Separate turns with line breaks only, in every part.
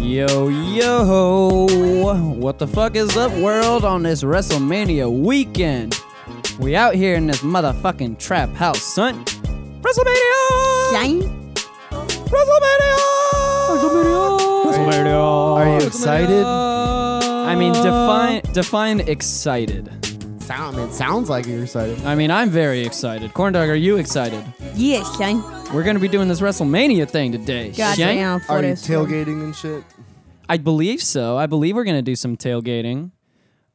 Yo, yo, what the fuck is up, world, on this WrestleMania weekend? We out here in this motherfucking trap house, son. WrestleMania!
Shine.
WrestleMania! WrestleMania!
Are you excited?
I mean, define define excited.
Sound, it sounds like you're excited.
I mean, I'm very excited. Corndog, are you excited?
Yeah, shine.
We're gonna be doing this WrestleMania thing today. Shank?
Goddamn.
Are you
forest one.
tailgating and shit?
I believe so. I believe we're going to do some tailgating.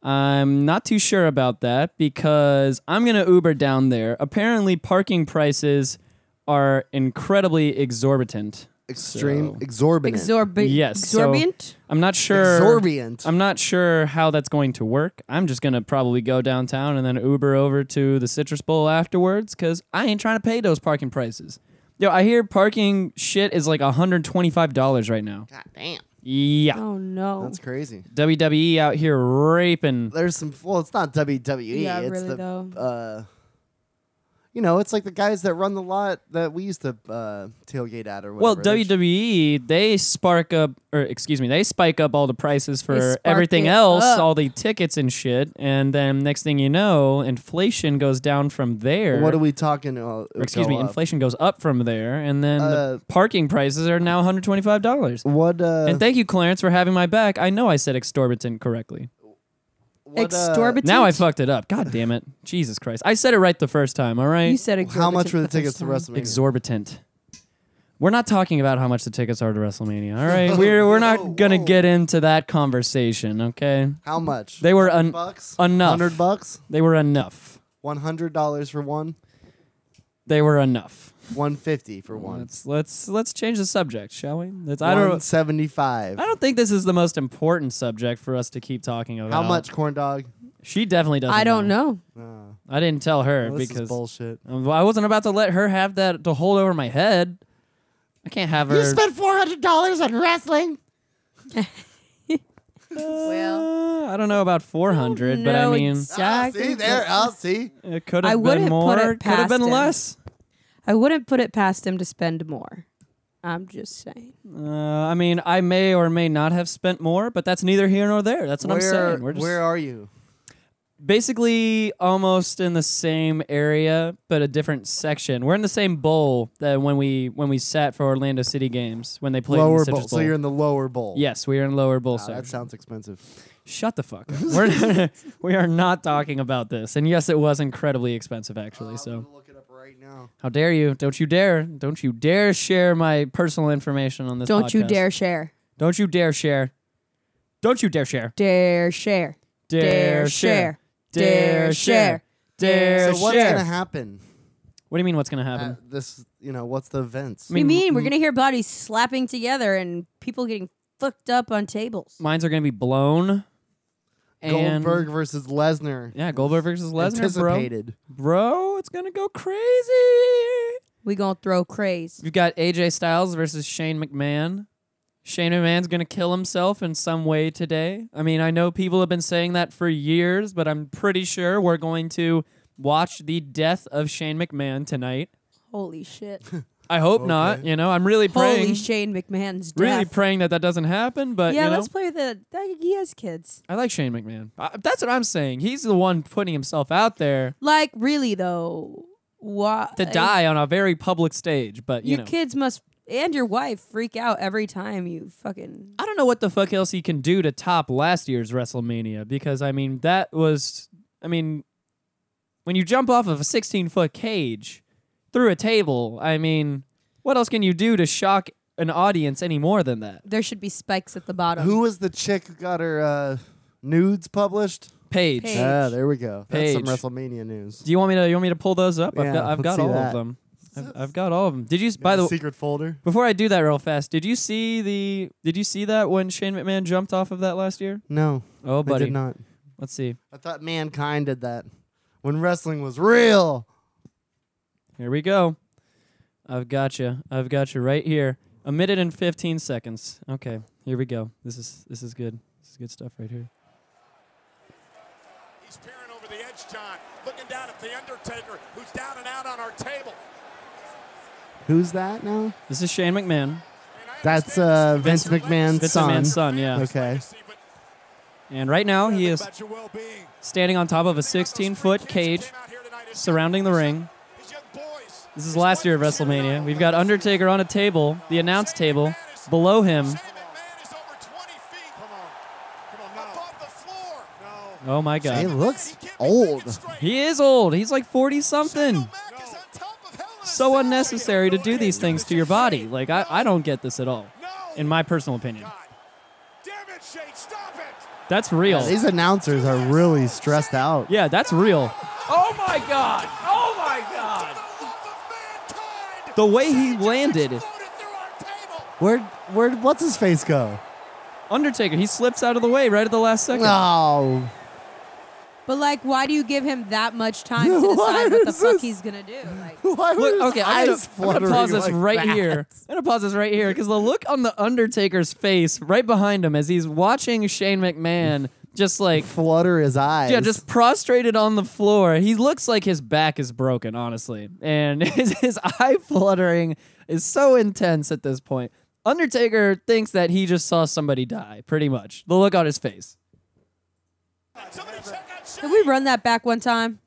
I'm not too sure about that because I'm going to Uber down there. Apparently, parking prices are incredibly exorbitant.
Extreme,
So-
exorbitant.
Exorbi-
Yes, so-
E-, Exorbitant.
I'm not sure.
Exorbitant.
I'm not sure how that's going to work. I'm just going to probably go downtown and then Uber over to the Citrus Bowl afterwards because I ain't trying to pay those parking prices. Yo, I hear parking shit is like $125 right now.
God damn.
Yeah.
oh no.
That's crazy.
WWE E out here raping.
There's some. Well, it's not WWE.
Yeah,
it's
really,
the.
though.
Uh, you know, it's like the guys that run the lot that we used to uh, tailgate at or
Well,
whatever. They're just-
WWE they spark up, or excuse me, they spike up all the prices for
spark
everything
it
else,
up.
all the tickets and shit, and then next thing you know, inflation goes down from there.
What are we talking? Uh,
E or excuse
go
me,
up?
inflation goes up from there, and then
Uh,
the parking prices are now one hundred twenty-five dollars.
What? Uh,
and thank you, Clarence, for having my back. I know I said exorbitant correctly.
what, uh,
Exorbitant.
Now I fucked it up. God damn it, Jesus Christ! I said it right the first time. All right.
You said exorbitant.
How much were the
first
tickets to
time.
WrestleMania?
exorbitant. We're not talking about how much the tickets are to WrestleMania. All right, we're we're
Whoa,
not gonna
whoa.
get into that conversation. Okay,
How much?
they were un-
bucks.
enough.
Hundred bucks.
They were enough.
One hundred dollars for one.
They were enough.
One fifty for one.
Let's let's let's change the subject, shall we? Let's, I don't
seventy five.
I don't think this is the most important subject for us to keep talking about.
How much corn dog?
She definitely doesn't.
I don't know.
No.
I didn't tell her
Well, this is
because
bullshit.
Um, well, I wasn't about to let her have that to hold over my head. I can't have her.
four hundred dollars on wrestling.
Well,
Uh, I don't know about four hundred, but I
No,
mean.
it's-
Ah, see there, I'll see.
It could
I
have been
wouldn't put
more.
it
could have
past
been
him.
less.
I wouldn't put it past him to spend more. I'm just saying.
Uh, I mean, I may or may not have spent more, but that's neither here nor there. That's what
where,
I'm saying. We're just
where are you?
basically almost in the same area, but a different section. We're in the same bowl that when we when we sat for Orlando City games when they played in the
lower bowl.
Citrus
So
Bowl.
you're Ah, in the lower bowl.
yes, we are in lower bowl
Wow,
section.
that sounds expensive.
Shut the fuck up. We're, we are not talking about this. And yes, it was incredibly expensive, actually. so
look it up right now.
how dare you? Don't you dare! Don't you dare share my personal information on this.
Don't you
podcast.
dare share.
Don't you dare share. Don't you dare share.
Dare share. Dare share.
Dare share.
Dare share.
Dare
So what's
share.
gonna happen? Uh,
what do you mean what's going to happen?
at this, you know, what's the events?
I
What do you
mean, mm.
mean? We're gonna hear bodies slapping together and people getting fucked up on tables.
Mines are going to be blown. And-
Goldberg versus Lesnar.
Yeah, Goldberg versus Lesnar, bro.
Anticipated.
Bro, it's going to go crazy.
We gonna throw craze.
We've got AJ Styles versus Shane McMahon. Shane McMahon's going to kill himself in some way today. I mean, I know people have been saying that for years, but I'm pretty sure we're going to watch the death of Shane McMahon tonight.
Holy shit.
I hope not.
Okay.
You know, I'm really praying.
Holy Shane McMahon's death.
really praying that that doesn't happen. But
yeah,
you know,
let's play with the. That, he has kids.
I like Shane McMahon. I, that's what I'm saying. He's the one putting himself out there
Like really though, why
to die on a very public stage. But you
Your
know,
kids must and your wife freak out every time you fucking.
I don't know what the fuck else he can do to top last year's WrestleMania because I mean that was I mean when you jump off of a 16 foot cage through a table, I mean what else can you do to shock an audience any more than that?
There should be spikes at the bottom.
Who was the chick who got her uh, nudes published?
Page.
Paige.
Yeah, Ah, there we go. That's some
Paige.
WrestleMania news.
Do you want me to you want me to pull those up? I've
Yeah,
got I've
let's
got
see
all of
that.
them. I've, I've got all of them. Did you by the way
secret folder.
Before I do that real fast, did you see the did you see that when Shane McMahon jumped off of that last year?
No,
Oh
I did
buddy.
not.
Let's see.
I thought mankind did that when wrestling was real.
Here we go. I've got you. I've got you right here. A minute and 15 seconds. Okay. Here we go. This is this is good. This is good stuff right here.
He's peering over the edge, John, looking down at The Undertaker, who's down and out on our table.
Who's that now?
This is Shane McMahon.
And I
That's uh, Vince,
Vince-
McMahon's
Vince
son.
McMahon's son, yeah.
Okay.
And right now he is
About your well-being.
standing on top of a 16 foot cage surrounding the ring. This is last year at WrestleMania. We've got Undertaker on a table, the announce table. Below him, oh my
He
God.
looks old.
He is old. He's like 40 something. So unnecessary to do these things to your body. Like, I, I don't get this at all, in my personal opinion.
Damn it, Shane, stop it!
That's real.
These announcers are really stressed out.
Yeah, that's real. Oh my God. Oh my God. The way he landed,
Where, where, what's his face go?
Undertaker, he slips out of the way right at the last second.
No,
But like, why do you give him that much time to decide
Why
what the
is
fuck
this-
he's gonna do? Like,
Why were
Look, okay,
his
I'm gonna,
eyes
I'm gonna pause
fluttering
this
like
right
that?
here. I'm gonna pause this right here because the look on the Undertaker's face right behind him as he's watching Shane McMahon just like
Flutter his eyes.
yeah, just prostrated on the floor. He looks like his back is broken, honestly, and his, his eye fluttering is so intense at this point. Undertaker thinks that he just saw somebody die, pretty much. The look on his face.
can we run that back one time?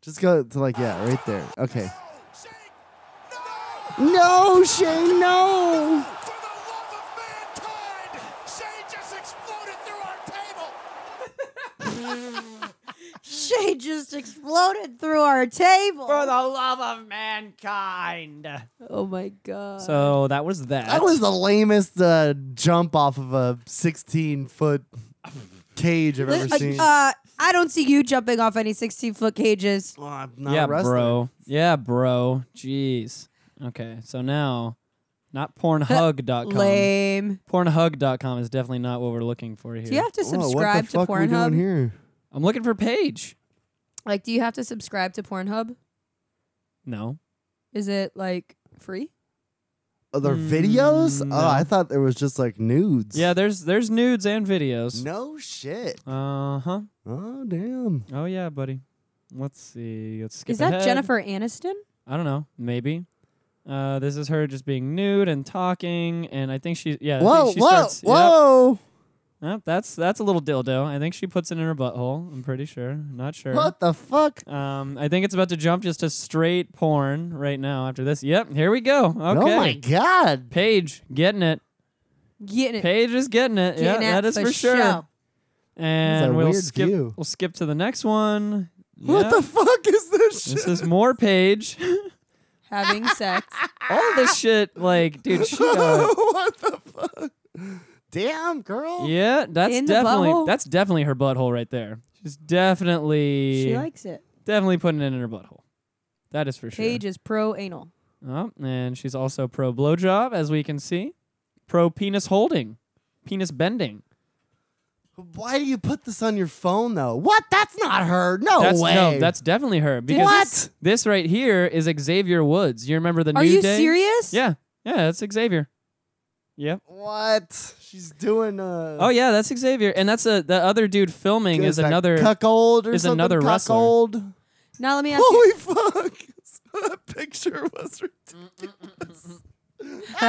Just go to like yeah, right there. Okay. No, Shane, no.
She just exploded through our table.
love of mankind.
oh my god.
So that was that.
That was the lamest uh, jump off of a 16 foot cage I've ever
Like,
seen.
uh, I don't see you jumping off any 16 foot cages.
Oh, I'm not
yeah,
a wrestler.
bro. Yeah, bro. Jeez. Okay, so now, not Pornhub.com.
Lame.
Pornhub.com is definitely not what we're looking for here.
Do you have to
Whoa, Oh,
subscribe
what the fuck
to
are we doing
Pornhub?
here?
I'm looking for Paige.
Like, do you have to subscribe to Pornhub?
No.
Is it like free?
Oh, they're
Mm,
videos?
no.
Oh, I thought there was just like nudes.
Yeah, there's there's nudes and videos.
No shit.
Uh huh.
Oh damn.
Oh yeah, buddy. Let's see. Let's skip
Is that
ahead.
Jennifer Aniston?
I don't know. Maybe. Uh, this is her just being nude and talking, and I think she yeah. I think
Whoa,
she
whoa,
starts, yep.
whoa.
Yep, that's that's a little dildo. I think she puts it in her butthole. I'm pretty sure. Not sure.
What the fuck?
Um, I think it's about to jump just to straight porn right now after this. Yep, here we go. Okay.
Oh my god.
Paige getting it.
Getting it.
Paige is getting it.
Getting
yeah,
it
that is
for
for sure.
show.
That's
And
a
we'll
weird
skip
view.
we'll skip to the next one.
What
Yeah.
the fuck is this shit?
this is more Paige.
Having sex.
All this shit, like, dude, she uh,
what the fuck? Damn, girl.
Yeah, that's
In the
definitely
butthole?
that's definitely her butthole right there. She's definitely
She likes it.
definitely putting it in her butthole. That is for sure.
Paige is pro anal.
Oh, and she's also pro blowjob, as we can see. Pro penis holding, penis bending.
Why do you put this on your phone though? What? That's not her. No
that's
way.
no, that's definitely her. Because
What?
This right here is Xavier Woods. You remember the
Are
New
you
Day?
serious?
Yeah, yeah, that's Xavier. Yep.
what she's doing. Uh,
Oh yeah, that's Xavier, and that's a the other dude filming is
that
another.
cuckold or
is
something?
another wrestler.
cuckold.
Now let me ask you.
Holy fuck! that picture was ridiculous.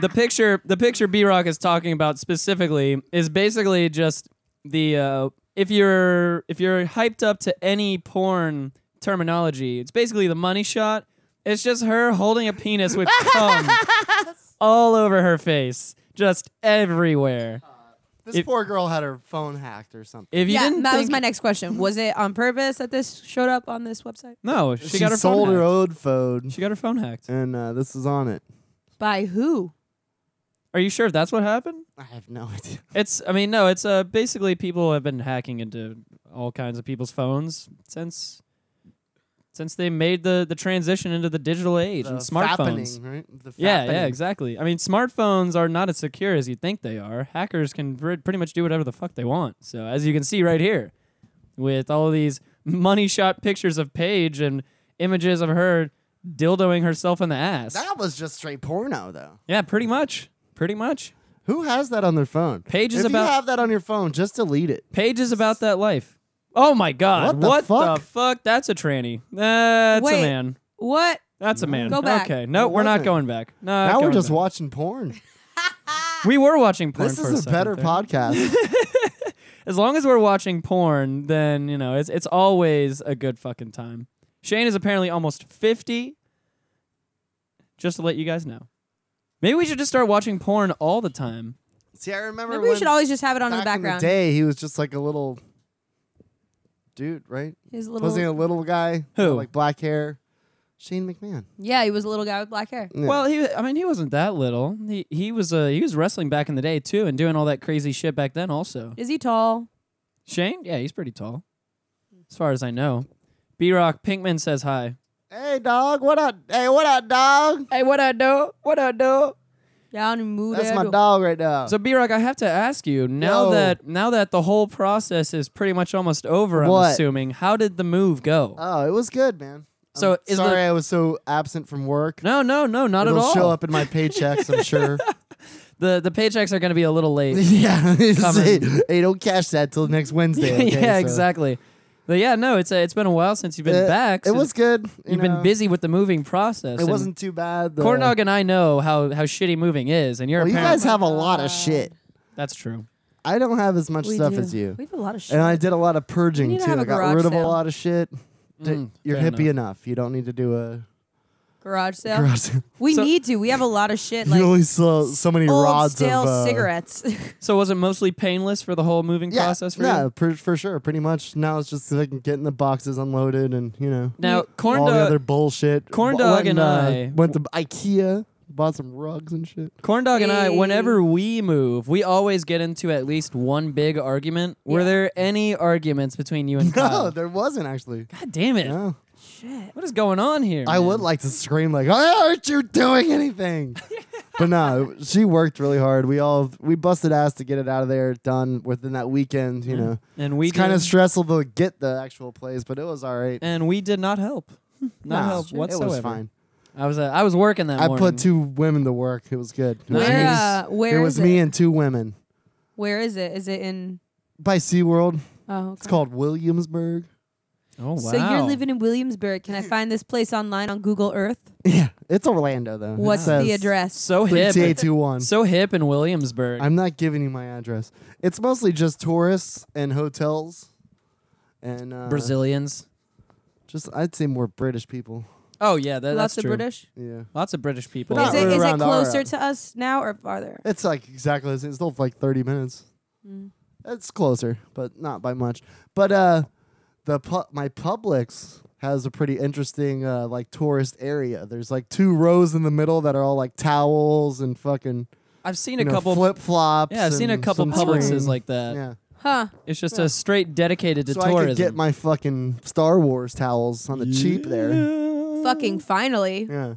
the picture the picture B Rock is talking about specifically is basically just the uh, if you're if you're hyped up to any porn terminology, it's basically the money shot. It's just her holding a penis with cum all over her face, just everywhere.
This
If-
poor girl had her phone hacked or something.
If you
yeah,
didn't
that was
think-
my next question. Was it on purpose that this showed up on this website?
no, she, got her
sold
phone
her
hacked.
old phone,
She got her phone hacked.
and uh, this is on it.
By who?
Are you sure that's what happened?
I have no idea.
It's I mean no, it's uh basically people have been hacking into all kinds of people's phones since since they made the the transition into the digital age and
The
smartphones.
fappening, right? The
Yeah, yeah,
fappening.
exactly. I mean, smartphones are not as secure as you think they are. Hackers can pr- pretty much do whatever the fuck they want. So, as you can see right here, with all these money shot pictures of Paige and images of her dildoing herself in the ass.
That was just straight porno, though.
yeah, pretty much. Pretty much.
Who has that on their phone?
Paige is
if
about-
you have that on your phone, just delete it.
Paige is about that life. Oh my god.
What the
What the fuck?
fuck?
That's a tranny. That's
Wait.
a man.
What?
That's a man.
Go back.
Okay. No,
It
we're not
wasn't.
going back. No.
now we're
going
just
back.
watching porn.
We were watching porn.
This
for
is a
second
better
there.
podcast.
As long as we're watching porn, then you know it's it's always a good fucking time. Shane is apparently almost fifty. Just to let you guys know, maybe we should just start watching porn all the time.
See, I remember
Maybe we
when
should always just have it on in
back
the background.
in the day he was just like a little dude, right?
he was a little,
Was he a little guy?
Who?
Like black hair. Shane McMahon.
yeah, he was a little guy with black hair.
Yeah.
Well, he I mean he wasn't that little. He he was uh, he was wrestling back in the day too and doing all that crazy shit back then also.
Is he tall?
Shane, yeah, he's pretty tall, as far as I know. B Rock Pinkman says hi.
hey dog, what up? Hey, what up, dog?
Hey, what I do? What I do?
Down in mood.
That's my dog right now.
So B Rock, I have to ask you now
Yo.
that now that the whole process is pretty much almost over. I'm
What?
assuming. How did the move go?
oh, it was good, man.
So
I'm
is the-
sorry I was so absent from work.
no, no, no, not
It'll
at all.
show up in my paychecks, I'm sure.
The the paychecks are going to be a little late.
yeah, it's-
Coming.
hey, don't cash that till next Wednesday. okay?
yeah,
So-
exactly. But yeah, no, it's uh it's been a while since you've been
It-
back.
It
so
was good. You
You've been
know.
busy with the moving process.
It
and-
wasn't too bad. The,
Corn Dog and I know how, how shitty moving is, and you're
Well, you
apparently
guys have a lot of shit.
that's true.
I don't have as much stuff as you.
We have a lot of shit.
And I did a lot of purging
need to
too.
have a
I got
garage
rid of a
sale.
lot of shit. D-
Mm,
You're
fair
hippie enough. You don't need to do a
garage sale.
garage sale.
We
So-
need to. We have a lot of shit.
you
Like
only sell so many
old
rods
stale
of uh,
cigarettes.
So was it mostly painless for the whole moving
Yeah,
process for
yeah,
you?
per- for sure. Pretty much. Now it's just like getting the boxes unloaded and you know
Now Corn
all the
Dog,
other bullshit.
Corn
W-
Dog
went,
and
uh,
I-
went to IKEA, bought some rugs and shit.
Corn Dog and I,
Hey.
whenever we move, we always get into at least one big argument. Were
Yeah.
there any arguments between you and
No,
Kyle?
there wasn't actually.
God damn it!
No.
shit.
What is going on here?
I would
man?
like to scream like, "Why aren't you doing anything?" but no, she worked really hard. We all we busted ass to get it out of there done within that weekend. You know,
and we
it's kind of
did-
stressful to get the actual plays, but it was all right.
and we did not help, not
Nah,
help whatsoever.
It was fine.
I was uh, I was working that
I
morning.
put two women to work. It was good. It
Nice.
was me-
Where, uh, where
it
is
was me and two women
Where is it? Is it in?
by SeaWorld.
Oh, okay.
It's called Williamsburg.
Oh wow!
So you're living in Williamsburg. Can I find this place online on Google Earth?
Yeah, it's Orlando though. It
What's
says
the address?
so hip,
3821.
so hip in Williamsburg.
I'm not giving you my address. It's mostly just tourists and hotels, and uh,
Brazilians.
Just I'd say more British people.
Oh yeah, that,
Lots
that's
of
true.
British.
Yeah,
Lots of British people.
Not
Is it,
really
is it
around our-
closer to us now or farther?
it's like exactly the same. It's still like thirty minutes. It's closer, but not by much. But uh, the pu- my Publix has a pretty interesting uh like tourist area. There's like two rows in the middle that are all like towels and fucking
I've seen
you
a
know,
couple.
flip flops.
yeah, I've seen a couple Publixes like that.
yeah.
Huh.
It's just a straight dedicated to
So
tourism.
I could get my fucking Star Wars towels on the cheap there.
Fucking finally.
Yeah.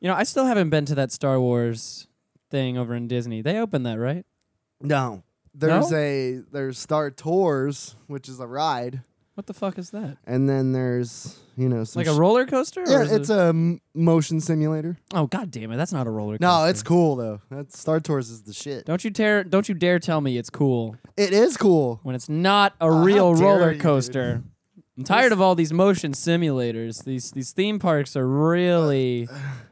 You know, I still haven't been to that Star Wars thing over in Disney. They opened that, right?
No. There's a there's Star Tours, which is a ride.
What the fuck is that?
and then there's you know some
Like a
sh-
roller coaster? or
yeah,
is
it's
it-
a m- motion simulator.
Oh god damn it, that's not a roller coaster.
No, it's cool though. That Star Tours is the shit.
Don't you dare don't you dare tell me it's cool
It is cool.
when it's not a
Ah, how
real
dare
roller
you, dude.
coaster. I'm tired of all these motion simulators. These these theme parks are really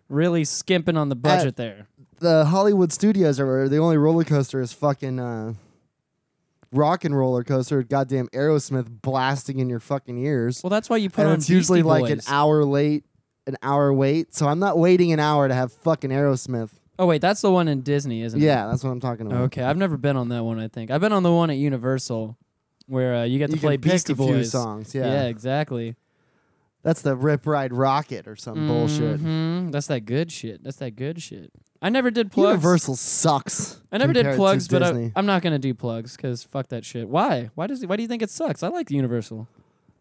really skimping on the budget there.
The Hollywood studios are where the only roller coaster is fucking uh, rock and roller coaster. Goddamn Aerosmith blasting in your fucking ears,
Well, that's why you put
and
on
it's usually
Beastie
like an
Boys.
hour late, an hour wait. So I'm not waiting an hour to have fucking Aerosmith.
Oh wait, that's the one in Disney, isn't it?
Yeah, that's what I'm talking about.
Okay, I've never been on that one. I think I've been on the one at Universal, where uh, you get
You
to play
can pick
Beastie
a few
Boys
songs. Yeah.
Yeah, exactly.
that's the Rip Ride Rocket or some bullshit.
Mhm, That's that good shit. That's that good shit. I never did plugs.
Universal sucks.
I never did
compared to
plugs, but I,
Disney.
I'm not gonna do plugs because fuck that shit. Why? Why does? Why do you think it sucks? I like Universal.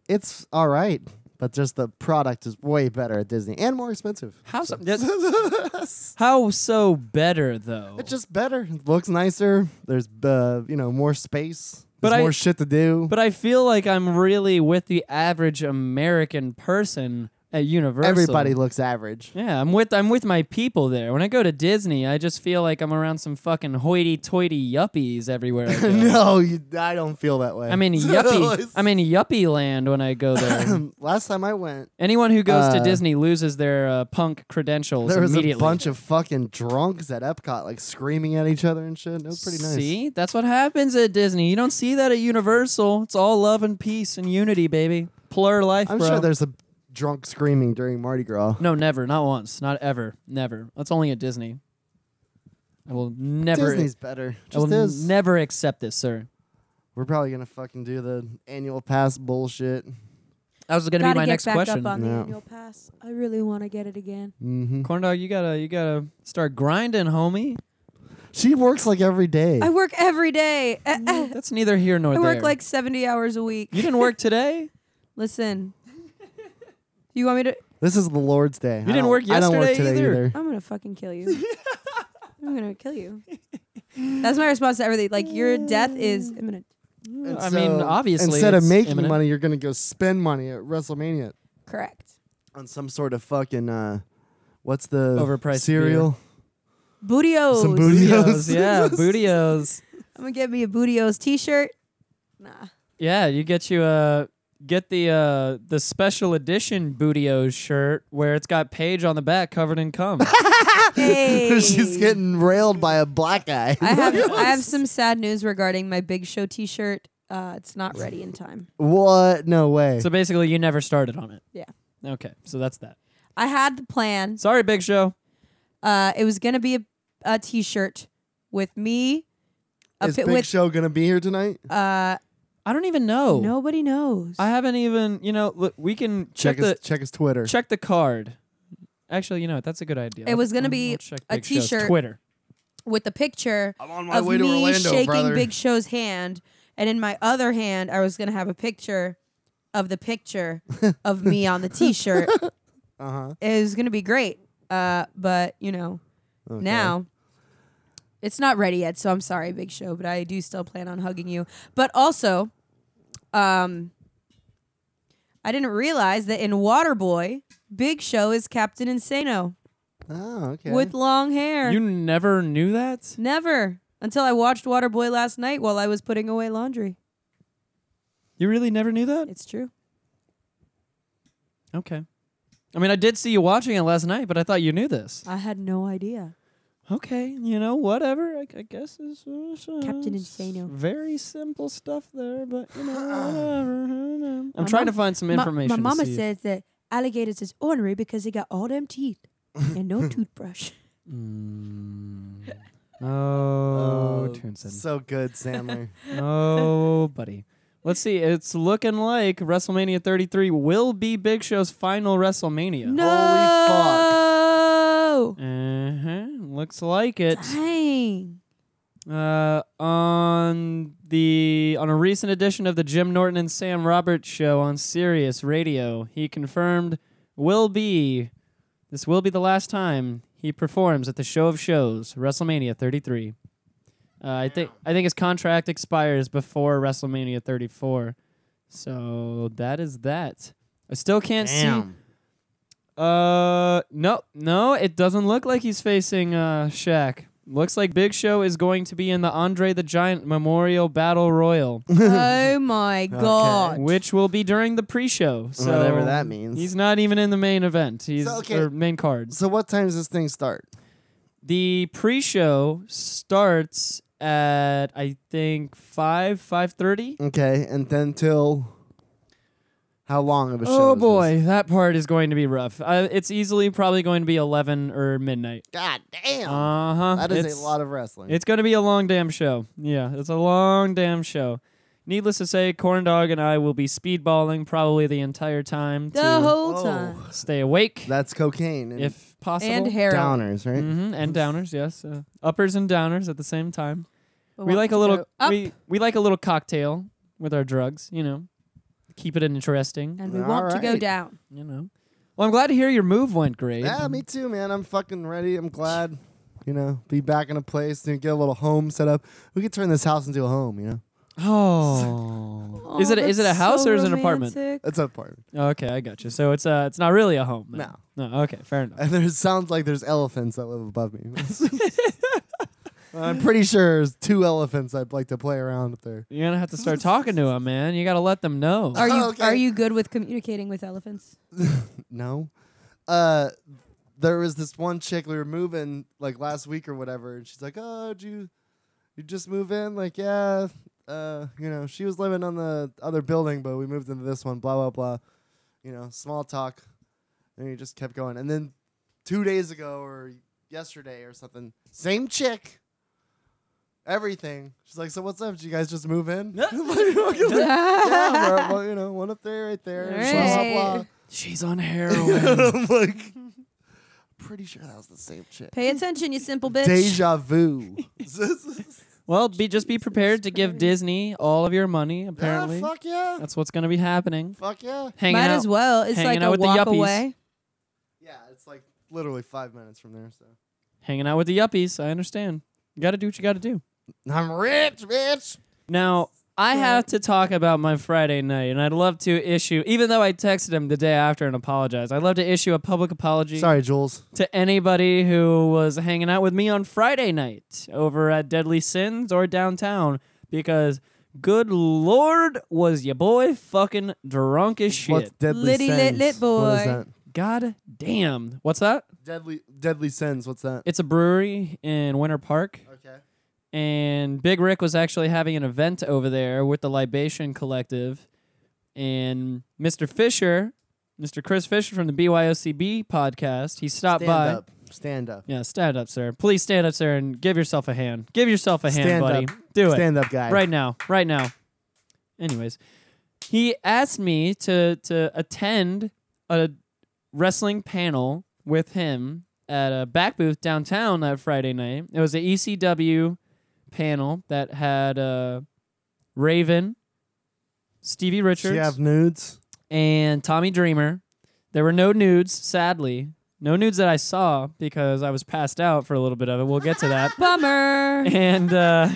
it's all right, but just the product is way better at Disney and more expensive.
How so?
So-
That's,
it's
how so better though?
just better. It looks nicer. There's uh, you know more space.
But
There's
I-
more shit to do.
but I feel like I'm really with the average American person at Universal.
Everybody looks average.
Yeah, I'm with I'm with my people there. When I go to Disney, I just feel like I'm around some fucking hoity-toity yuppies everywhere. I go.
no, you, I don't feel that way.
I'm in yuppie. I'm in yuppie land when I go there.
Last time I went,
Anyone who goes to
Uh,
Disney loses their uh, punk credentials
there was a
immediately.
bunch of fucking drunks at Epcot, like screaming at each other and shit. It was pretty nice.
See, that's what happens at Disney. You don't see that at Universal. It's all love and peace and unity, baby. Plur life,
I'm
bro.
sure there's a drunk screaming during Mardi Gras.
no, never, not once, not ever, never. That's only at Disney. I will never.
Disney's better.
I will
Just is.
never accept this, sir.
We're probably gonna fucking do the annual pass bullshit.
That was going to be
Gotta
my
get
next
back
question.
up on
Yeah.
the annual pass. I really want to get it again.
hmm
Corn dog, you gotta, you gotta start grinding, homie.
She works like every day.
I work every day. Eh, eh.
That's neither here nor
I
there.
work like 70 hours a week.
you didn't work today.
Listen. You want me to?
this is the Lord's day. You
didn't work
I don't work
yesterday
today
either.
either.
I'm gonna fucking kill you. I'm gonna kill you. That's my response to everything. Like your death is imminent.
And
I mean,
so,
obviously,
instead of
it's
making
imminent.
money, you're gonna go spend money at WrestleMania
Correct.
on some sort of fucking uh, what's the
Overpriced
cereal?
Bootios.
Some booty-
Bootios, yeah, bootios.
I'm gonna get me a Bootios t-shirt. Nah.
Yeah, you get you uh get the uh the special edition Bootios shirt where it's got Paige on the back covered in cum.
Hey.
She's getting railed by a black guy.
I have I have some sad news regarding my Big Show t-shirt. Uh, it's not ready in time.
what? No way.
so basically, you never started on it.
Yeah.
Okay, so that's that.
I had the plan.
Sorry, Big Show.
Uh, it was gonna be a, a t-shirt with me. A
is
pi-
Big
with
Show gonna be here tonight?
uh,
I don't even know.
nobody knows.
I haven't even. You know, look, we can check,
Check
the
his check his Twitter.
check the card. Actually, you know what? That's a good idea.
It was gonna
I'll-
be
I'll check
a
Big Show's
t-shirt.
Twitter.
with the picture
I'm on
of me shaking Big Show's hand, and in my other hand, I was gonna have a picture of the picture of me on the T-shirt.
uh huh.
It was gonna be great, uh, but you know, now it's not ready yet. So I'm sorry, Big Show, but I do still plan on hugging you. But also, um, I didn't realize that in Waterboy, Big Show is Captain Insano
Oh, okay.
with long hair.
You never knew that?
Never until I watched Waterboy last night while I was putting away laundry.
You really never knew that?
It's true.
Okay. I mean, I did see you watching it last night, but I thought you knew this.
I had no idea.
Okay, you know, whatever. I, I guess it's uh,
Captain
it's
Insano.
Very simple stuff there, but you know, whatever. who knows? I'm
My
trying to
mom-
find some information.
My,
to
mama
see.
says that alligators is ornery because they got all them teeth and no toothbrush.
"Oh, Toonson,
so good, Sandler.
oh, buddy." Let's see. It's looking like WrestleMania 33 will be Big Show's final WrestleMania.
No.
Uh huh. Looks like it.
Dang.
Uh, on the on a recent edition of the Jim Norton and Sam Roberts show on Sirius Radio, he confirmed will be this will be the last time he performs at the show of shows, WrestleMania 33. Uh, I think I think his contract expires before WrestleMania 34, so that is that. I still can't see.
Damn.
Uh, no, no, it doesn't look like he's facing uh Shaq. Looks like Big Show is going to be in the Andre the Giant Memorial Battle Royal,
oh my god.
which will be during the pre-show. So
Whatever that means.
He's not even in the main event. He's
So, okay.
or main cards.
So what time does this thing start?
The pre-show starts at I think five five
Mm,
thirty.
Okay, and then till how long of a show?
Oh
is this?
boy, that part is going to be rough. Uh, it's easily probably going to be eleven or midnight.
God damn.
Uh huh.
that is a lot of wrestling.
It's going to be a long damn show. Yeah, it's a long damn show. Needless to say, Corndog and I will be speedballing probably the entire time
The
to
whole
Whoa.
time.
stay awake,
That's cocaine and
if possible.
And heroin.
downers, right?
hmm and downers, yes, uh, uppers and downers at the same time.
I
We
want
like
to
a little,
go up
we we like a little cocktail with our drugs, you know, keep it interesting,
and we want to go
Alright.
down.
you know. Well, I'm glad to hear your move went great.
Yeah, me too, man. I'm fucking ready. I'm glad, you know, be back in a place and get a little home set up. We could turn this house into a home, you know.
Oh. is it a, is it a house or is it an apartment?
It's a part.
Okay, I got you. So it's uh it's not really a home. then.
No.
No. Okay, fair enough.
And there sounds like there's elephants that live above me. I'm pretty sure there's two elephants I'd like to play around up there.
You're gonna have to start talking to them, man. You gotta let them know.
Are you
Oh, okay.
are you good with communicating with elephants?
No. Uh there was this one chick we were moving like last week or whatever, and she's like, Oh, did you you just move in? Like, yeah. Uh, you know, she was living on the other building, but we moved into this one, blah blah blah. You know, small talk. And you just kept going. And then two days ago or yesterday or something, same chick. Everything. She's like, so what's up? Did you guys just move in? Like, yeah, we're- well, you know, one up there, right there.
Right.
Blah blah blah.
She's on heroin.
I'm like, pretty sure that was the same chick.
Pay
Mm.
attention, you simple bitch.
Deja vu.
well, be just be prepared to give Disney all of your
Ah,
money.
yeah,
Apparently,
fuck yeah.
that's what's gonna be happening.
Fuck yeah.
Hanging
Might
out.
as well. It's
hanging
like
out
a
with the
walk
yuppies.
away.
Yeah, it's like literally five minutes from there. So
Hanging out with the yuppies. I understand. You gotta do what you gotta do.
I'm rich, bitch.
Now, I have to talk about my Friday night, and I'd love to issue, even though I texted him the day after and apologized, I'd love to issue a public apology
Sorry, Jules.
to anybody who was hanging out with me on Friday night over at Deadly Sins or downtown because. Good lord, was your boy fucking drunk as shit?
What's deadly
Litty lit
sins?
lit
What is
boy.
that?
God damn. What's that?
Deadly, deadly sins. What's that?
It's a brewery in Winter Park.
okay.
and Big Rick was actually having an event over there with the Libation Collective, and Mr. Fisher, Mr. Chris Fisher from the BYOCB podcast, he stopped
Stand
by.
up. Stand up.
Yeah, stand up, sir. Please stand up, sir, and give yourself a hand. Give yourself a hand,
Stand
buddy.
up.
Do it
Stand up, guy.
right now, right now. Anyways, he asked me to to attend a wrestling panel with him at a back booth downtown that Friday night. It was an ECW panel that had uh, Raven, Stevie
Do
Richards,
you have nudes?
and Tommy Dreamer. There were no nudes, sadly. No nudes that I saw because I was passed out for a little bit of it. We'll get to that
Bummer.
and uh,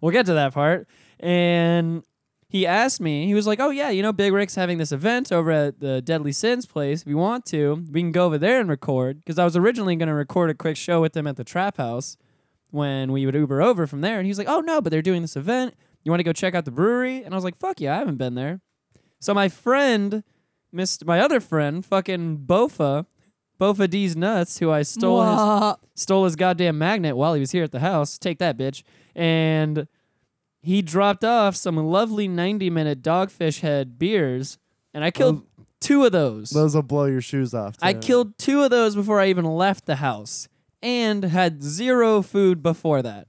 we'll get to that part. And he asked me, he was like, "Oh yeah, you know, Big Rick's having this event over at the Deadly Sins place. If you want to, we can go over there and record." Because I was originally going to record a quick show with them at the Trap House when we would Uber over from there. And he was like, "Oh no, but they're doing this event. You want to go check out the brewery?" And I was like, "Fuck yeah, I haven't been there." So my friend, missed my other friend, fucking Bofa. Bofa D's nuts, who I stole his
Wah.
stole his goddamn magnet while he was here at the house. Take that, bitch. And he dropped off some lovely 90 minute dogfish head beers, and I killed two of those.
Those will blow your shoes off.
I
too.
killed two of those before I even left the house and had zero food before that.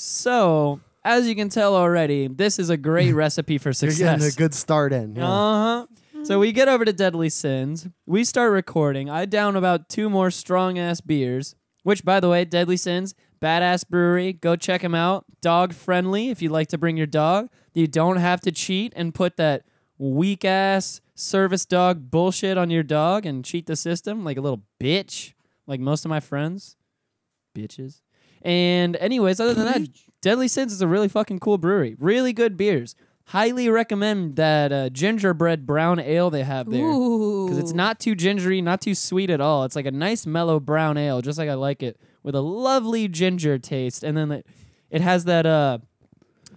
So, as you can tell already, this is a great recipe for
You're getting a
success.
good start in. yeah.
Uh huh. So we get over to Deadly Sins. We start recording. I down about two more strong ass beers, which, by the way, Deadly Sins, badass brewery. Go check them out. Dog friendly if you'd like to bring your dog. You don't have to cheat and put that weak ass service dog bullshit on your dog and cheat the system like a little bitch, like most of my friends. Bitches. And, anyways, other than that, Deadly Sins is a really fucking cool brewery. Really good beers. Highly recommend that uh, gingerbread brown ale they have there
Ooh.
because it's not too gingery, not too sweet at all. It's like a nice mellow brown ale, just like I like it, with a lovely ginger taste. And then it, it has that uh,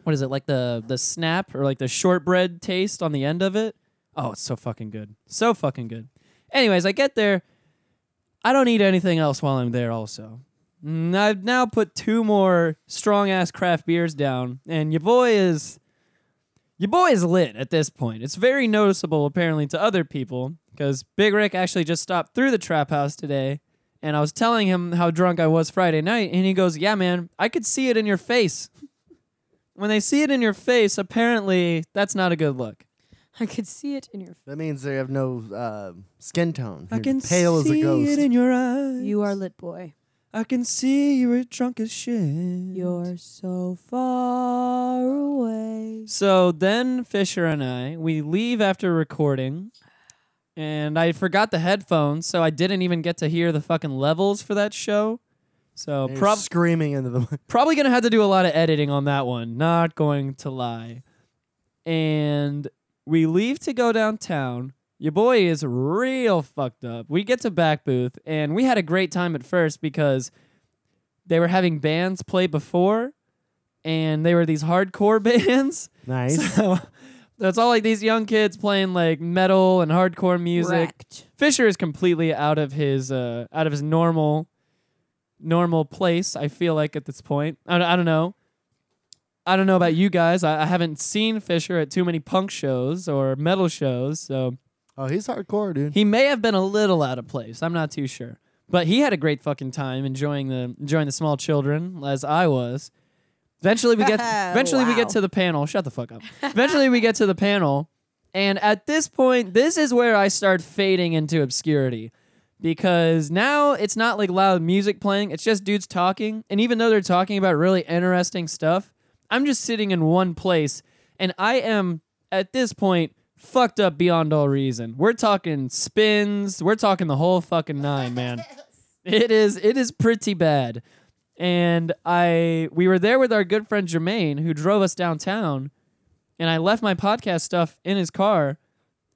what is it like the the snap or like the shortbread taste on the end of it? Oh, it's so fucking good, so fucking good. Anyways, I get there. I don't eat anything else while I'm there. Also, Mm, I've now put two more strong ass craft beers down, and your boy is your boy is lit at this point. It's very noticeable apparently to other people because Big Rick actually just stopped through the trap house today, and I was telling him how drunk I was Friday night, and he goes, "Yeah, man, I could see it in your face." When they see it in your face, apparently that's not a good look.
I could see it in your.
That means they have no uh, skin tone.
I
You're
can
pale
see
as a ghost.
it in your eyes.
You are lit, boy.
I can see you were drunk as shit.
You're so far away.
So then Fisher and I, we leave after recording. And I forgot the headphones, so I didn't even get to hear the fucking levels for that show. So
You're
prob-
screaming into the mic.
probably gonna have to do a lot of editing on that one. Not going to lie. And we leave to go downtown. Your boy is real fucked up. We get to back booth, and we had a great time at first because they were having bands play before, and they were these hardcore bands.
Nice.
So it's all like these young kids playing like metal and hardcore music.
Wrecked.
Fisher is completely out of his uh, out of his normal normal place. I feel like at this point, I don't, I don't know. I don't know about you guys. I, I haven't seen Fisher at too many punk shows or metal shows, so
oh, he's hardcore, dude.
he may have been a little out of place. I'm not too sure, but he had a great fucking time enjoying the enjoying the small children as I was. Eventually we get eventually we
Wow.
get to the panel. Shut the fuck up. Eventually we get to the panel, and at this point, this is where I start fading into obscurity. Because now it's not like loud music playing, it's just dudes talking. And even though they're talking about really interesting stuff, I'm just sitting in one place and I am at this point fucked up beyond all reason. We're talking spins, we're talking the whole fucking nine, man. It is it is pretty bad. And I we were there with our good friend Jermaine who drove us downtown and I left my podcast stuff in his car.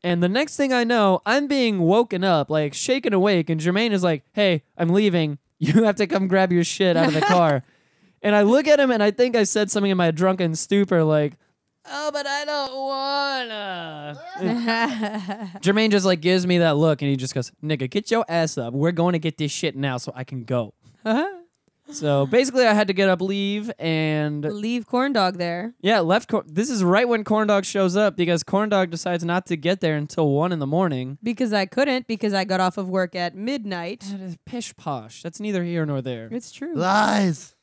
And the next thing I know, I'm being woken up, like shaken awake, and Jermaine is like, "Hey, I'm leaving. You have to come grab your shit out of the car." and I look at him and I think I said something in my drunken stupor like, "Oh, but I don't wanna." And Uh, Jermaine just like gives me that look and he just goes, "Nigga, get your ass up. We're going to get this shit now so I can go." Uh-huh. So basically, I had to get up, leave, and
Leave corn dog there.
yeah, left. Cor- this is right when Corn Dog shows up because Corn Dog decides not to get there until one in the morning.
Because I couldn't, because I got off of work at midnight.
That is pish posh. That's neither here nor there.
It's true.
Lies.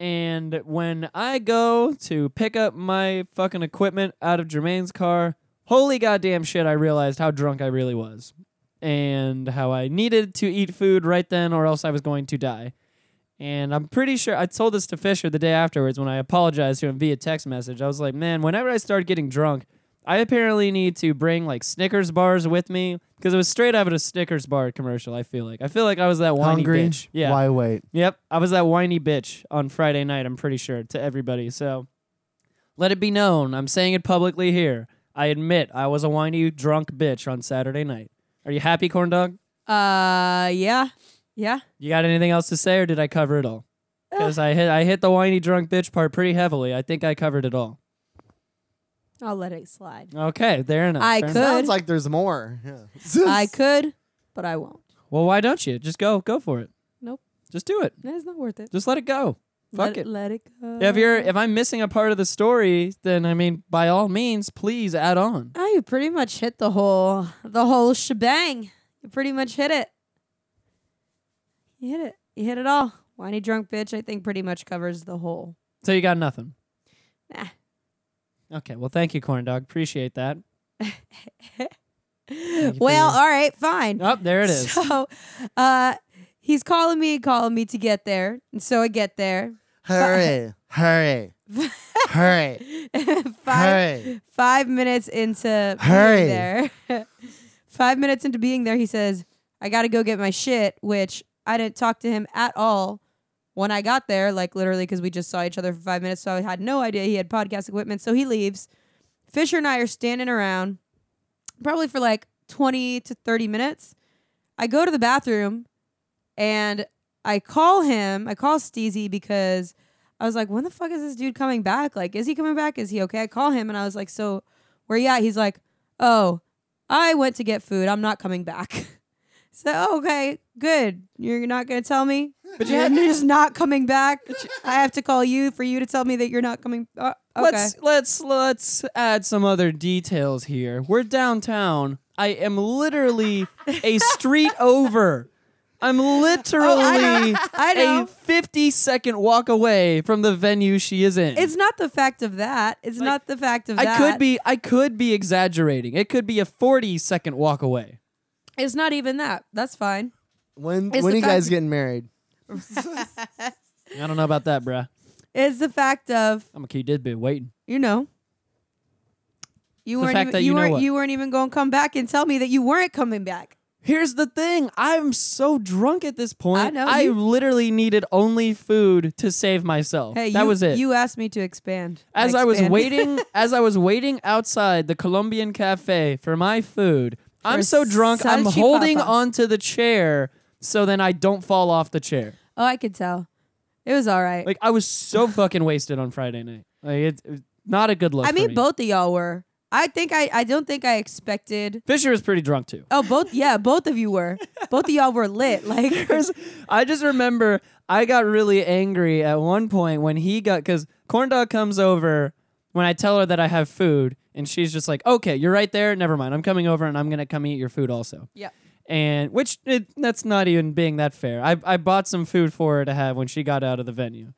And when I go to pick up my fucking equipment out of Jermaine's car, holy goddamn shit, I realized how drunk I really was and how I needed to eat food right then or else I was going to die. And I'm pretty sure I told this to Fisher the day afterwards when I apologized to him via text message. I was like, man, whenever I start getting drunk, I apparently need to bring like Snickers bars with me because it was straight out of a Snickers bar commercial. I feel like I feel like I was that whiny
Hungry.
bitch. Yeah,
Why wait?
Yep, I was that whiny bitch on Friday night, I'm pretty sure, to everybody. So let it be known, I'm saying it publicly here. I admit I was a whiny drunk bitch on Saturday night. Are you happy, corn dog?
Uh, yeah, yeah.
You got anything else to say or did I cover it all?
Eh.
Cuz I hit I hit the whiny drunk bitch part pretty heavily. I think I covered it all.
I'll let it slide.
Okay, there enough.
I
fair
could-
enough.
Sounds like there's more. Yeah.
Uh,
I could, but I won't.
Well, why don't you? Just go, go for it.
Nope.
Just do it.
That's not worth it.
Just let it go.
let
Fuck it.
Let it go.
If you're if I'm missing a part of the story, then I mean by all means, please add on.
Oh, you pretty much hit the whole the whole shebang. You pretty much hit it. You hit it. You hit it all. Whiny drunk bitch. I think pretty much covers the whole.
So you got nothing?
Nah.
Okay, well, thank you, Corn Dog. Appreciate that. you for
Well,
your-
all right, fine.
Oh, there it is.
So, uh, he's calling me and calling me to get there, and so I get there.
hurry. Hurry. hurry.
Five
Hurry.
five minutes into
Hurry.
being there, five minutes into being there, he says, "I got to go get my shit," which I didn't talk to him at all when I got there, like literally because we just saw each other for five minutes, so I had no idea he had podcast equipment. So he leaves. Fisher and I are standing around, probably for like twenty to thirty minutes. I go to the bathroom, and I call him. I call Steezy because. I was like, when the fuck is this dude coming back? Like, is he coming back? Is he okay? I call him and I was like, so where you at? He's like, oh, I went to get food. I'm not coming back. so, oh, okay, good. You're not going to tell me? But you're just not coming back. I have to call you for you to tell me that you're not coming. Uh, okay.
Let's let's let's add some other details here. We're downtown. I am literally a street over. I'm literally
Oh, I know.
a 50 second walk away from the venue she is in.
it's not the fact of that. It's not the fact of
I
that.
could be I could be exaggerating. It could be a 40 second walk away.
It's not even that. That's fine.
When
It's
when
the
you guys
fact-
getting married?
I don't know about that, bruh.
It's the fact of
I'm a key did be waiting.
you know. You
The
weren't
fact
even,
that
you,
you know
weren't
what?
you weren't even going to come back and tell me that you weren't coming back.
Here's the thing. I'm so drunk at this point.
I know,
I
you-
literally needed only food to save myself.
Hey,
Oh, that
you,
was it.
You asked me to expand.
as I was
expanded.
waiting, as I was waiting outside the Colombian cafe for my food, I'm so drunk. I'm
salchipapas.
holding onto the chair so then I don't fall off the chair.
oh, I could tell. It was all right.
Like I was so fucking wasted on Friday night. Like it, it- not a good look.
I
for
mean,
me.
both of y'all were. I think I. I don't think I expected.
Fisher was pretty drunk too.
Oh, both. Yeah, both of you were. Both of y'all were lit. Like,
I just remember I got really angry at one point when he got because corn dog comes over when I tell her that I have food and she's just like, "Okay, you're right there. Never mind. I'm coming over and I'm gonna come eat your food also."
yeah.
And which it, that's not even being that fair. I I bought some food for her to have when she got out of the venue.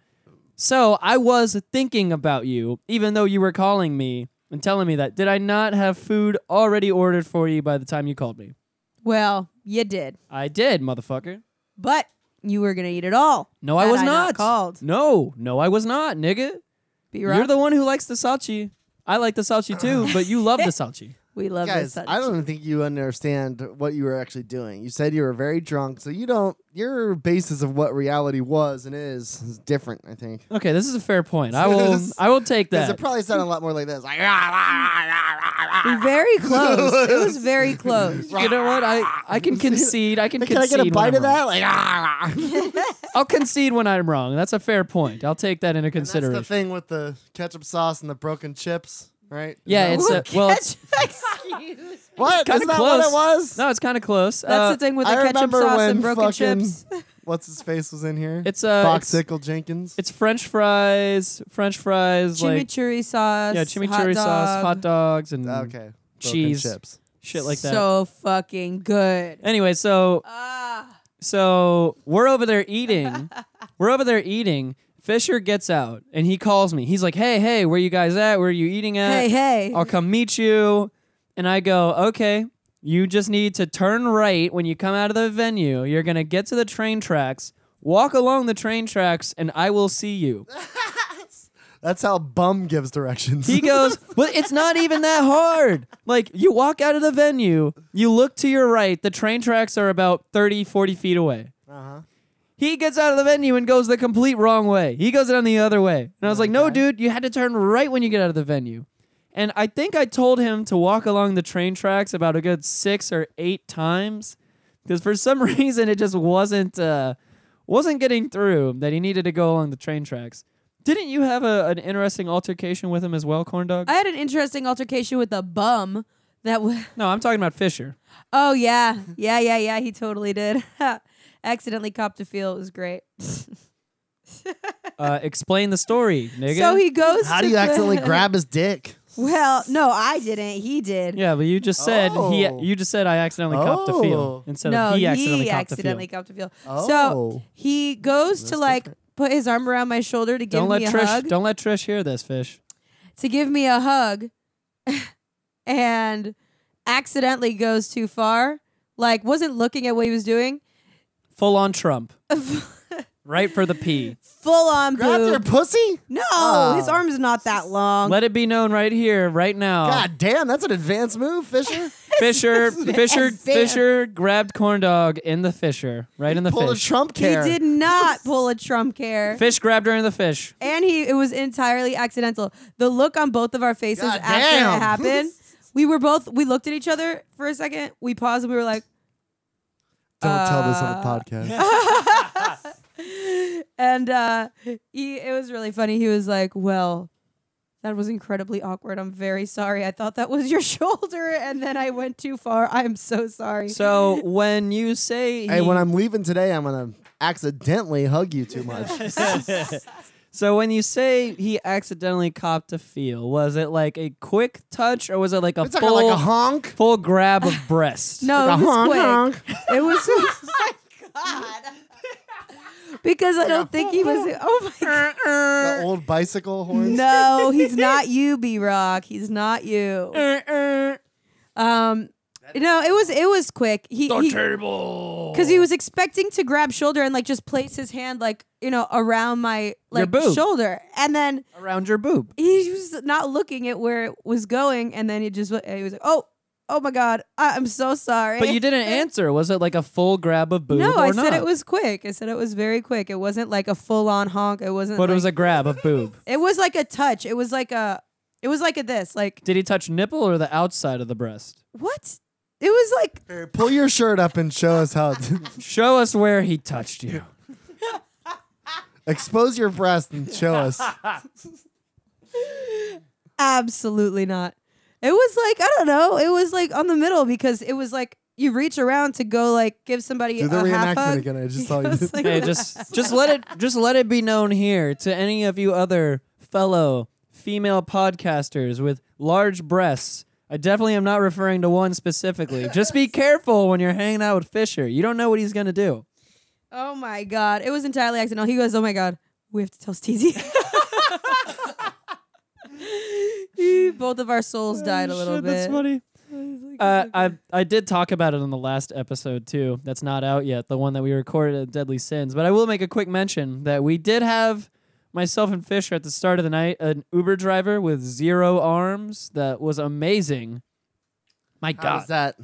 So I was thinking about you, even though you were calling me and telling me that. Did I not have food already ordered for you by the time you called me?
Well, you did,
I did, motherfucker.
but you were gonna eat it all.
No, I
Had
was not.
called.
No, no, I was not, nigga.
Be
You're
right.
the one who likes the Salchi. I like the Salchi too, but you love the Salchi.
we love
Guys,
this.
I don't think you understand what you were actually doing. You said you were very drunk, so you don't. Your basis of what reality was and is is different. I think.
Okay, this is a fair point. I will I will take
Because
that.
it probably sounded a lot more like this. Like, ah,
Very close. it was very close.
you know what? I, I can concede. I can
can I
concede.
get a
when
bite
I'm
of
wrong.
that? Like, ah,
I'll concede when I'm wrong. That's a fair point. I'll take that into
And that's the
consideration.
thing with the ketchup sauce and the broken chips, right?
yeah,
No?
it's a, well, it's
Excuse.
what?
kind
Isn't
of
that
close.
what it was?
No, it's kind of close.
That's
Uh,
the thing with
I
the ketchup
remember
sauce
when
and broken
fucking-
chips.
What's his face was in here?
It's uh, it's,
Boxickle Jenkins.
it's French fries, French fries, like
Chimichurri sauce.
yeah, chimichurri sauce, hot dogs, and
okay. Broken
cheese.
chips.
shit like that.
So fucking good.
anyway, so
Ah,
So we're over there eating. we're over there eating. Fisher gets out and he calls me. He's like, "Hey, hey, where you guys at? Where you eating at?
hey, hey.
I'll come meet you." And I go, "Okay, you just need to turn right when you come out of the venue. You're gonna get to the train tracks, walk along the train tracks, and I will see you."
That's how bum gives directions.
He goes, Well, it's not even that hard. Like, you walk out of the venue, you look to your right, the train tracks are about 30, 40 feet away.
Uh-huh.
He gets out of the venue and goes the complete wrong way. He goes down the other way. And I was like, No, dude, you had to turn right when you get out of the venue. And I think I told him to walk along the train tracks about a good six or eight times because for some reason it just wasn't uh, wasn't getting through that he needed to go along the train tracks. Didn't you have a, an interesting altercation with him as well, corn dog?
I had an interesting altercation with a bum that was.
No, I'm talking about Fisher.
Oh yeah, yeah, yeah, yeah. He totally did. Accidentally copped a feel. It was great.
Uh, explain the story, nigga.
So he goes.
How
to
do you
the-
accidentally grab his dick?
Well, no, I didn't. He did.
yeah, but you just said he.
Oh.
You just said I accidentally copped a
Oh.
field instead
no,
of he accidentally copped
accidentally
a field.
copped a feel. So
Oh.
he goes to like put his arm around my shoulder to give
Don't let
me a
Trish.
hug.
Don't let Trish hear this, fish.
to give me a hug and accidentally goes too far like wasn't looking at what he was doing
Full on Trump. right for the P.
full on
Grab your
boob.
pussy?
no
Oh.
his arm's not that long
Let it be known right here, right now.
God damn, that's an advanced move, Fisher.
Fisher, Fisher,
Damn.
Fisher grabbed corn dog in the Fisher, right in the
Pull a
fish.
Trump
he
care.
did not pull a trump care
Fish grabbed her in the fish.
and he it was entirely accidental the look on both of our faces
God
after
damn.
it happened we were both we looked at each other for a second we paused and we were like
Don't tell this on a podcast.
and uh he, it was really funny he was like well that was incredibly awkward i'm very sorry i thought that was your shoulder and then i went too far i'm so sorry
So when you say he,
Hey, when I'm leaving today, I'm gonna accidentally hug you too much.
so when you say he accidentally copped a feel, was it like a quick touch or was it like a
I'm talking
full
like a honk.
full grab of breast?
no
Like
it
a
was
honk,
quick
honk.
it was oh my god because i don't think he was oh my god
The old bicycle horn.
no he's not you b-rock he's not you um no it was it was quick he, he because he was expecting to grab shoulder and like just place his hand like you know around my like
boob.
shoulder and then
around your boob.
he was not looking at where it was going and then he just wa- he was like oh "Oh my god, I- I'm so sorry."
But you didn't answer. Was it like a full grab of boob?
No,
or
I said
not?
it was quick. I said it was very quick. It wasn't like a full on honk. It wasn't.
But it was a
like-
grab of boob.
It was like a touch. It was like a. It was like a this. Like
Did he touch nipple or the outside of the breast?
what? It was like
Here, pull your shirt up and show us how. It
Show us where he touched you.
expose your breast and show us.
absolutely not. It was like I don't know. It was like on the middle because it was like you reach around to go like give somebody
Do the
a half
reenactment
hug.
again. I just saw
It
you.
was like-
Hey, just just let it just let it be known here to any of you other fellow female podcasters with large breasts. I definitely am not referring to one specifically. Just be careful when you're hanging out with Fisher. You don't know what he's gonna do.
oh my god, it was entirely accidental. He goes, oh my god, we have to tell Steezy. Both of our souls died a little
Oh, Shit,
bit.
That's funny. Uh, I I did talk about it in the last episode too. That's not out yet, the one that we recorded at Deadly Sins. But I will make a quick mention that we did have myself and Fisher at the start of the night an Uber driver with zero arms that was amazing. My
How
God,
was that?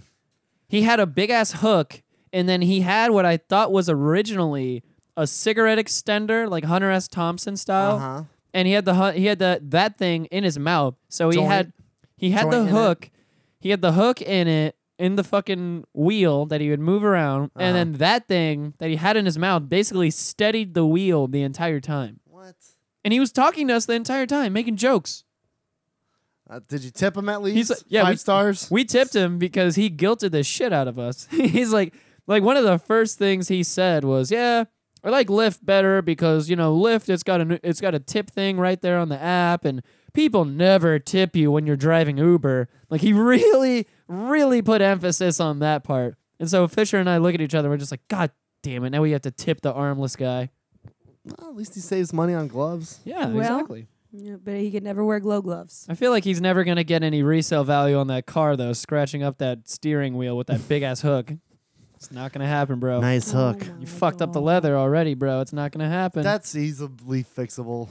he had a big ass hook, and then he had what I thought was originally a cigarette extender, like Hunter S. Thompson
Oh.
style
Uh
Uh-huh.
huh.
and he had the hu- he had the that thing in his mouth. So he
Joint.
had he had the
Joint in it.
hook. He had the hook in it in the fucking wheel that he would move around,
Uh-huh.
and then that thing that he had in his mouth basically steadied the wheel the entire time.
What?
And he was talking to us the entire time, making jokes.
Uh, did you tip him at least?
He's like- yeah,
Five
we-
stars.
We tipped him because he guilted the shit out of us. He's like, like one of the first things he said was, "Yeah, I like Lyft better because you know Lyft it's got a n- it's got a tip thing right there on the app, and people never tip you when you're driving Uber." Like he really, really put emphasis on that part. And so Fisher and I look at each other. and We're just like, "God damn it! Now we have to tip the armless guy."
Well, at least he saves money on gloves.
Yeah,
Well-
exactly.
Yeah, but he could never wear glow gloves.
I feel like he's never gonna get any resale value on that car though. Scratching up that steering wheel with that big ass hook, it's not gonna happen, bro.
Nice hook.
You fucked up the leather already, bro. It's not gonna happen.
Mm. That's easily fixable.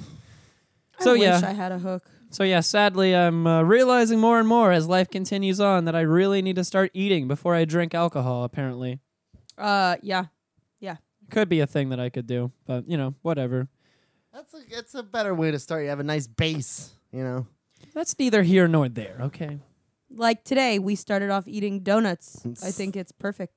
So,
I wish
yeah.
I had a hook.
so yeah, sadly, I'm uh, realizing more and more as life continues on that I really need to start eating before I drink alcohol. Apparently,
Uh, yeah.
could be a thing that I could do, but you know, whatever.
That's a that's a better way to start. You have a nice base. You know.
That's neither here nor there. Okay.
Like today, we started off eating donuts. I think it's perfect.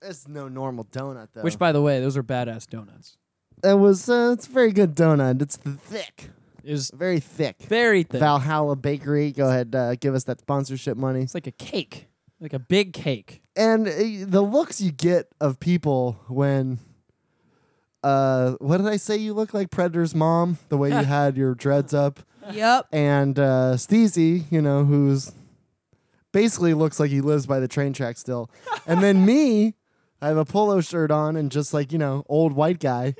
It's no normal donut though.
Which, by the way, those are badass donuts.
it was uh, it's a very good donut. It's th- thick,
Is
very thick.
very thin.
Valhalla Bakery, go ahead, uh, give us that sponsorship money.
it's like a cake, like a big cake.
And uh, the looks you get of people when, uh, what did I say? You look like Predator's mom. The way you had your dreads up,
yep.
and uh, Steezy, you know, who's basically looks like he lives by the train track still, and then me, I have a polo shirt on and just like you know, old white guy.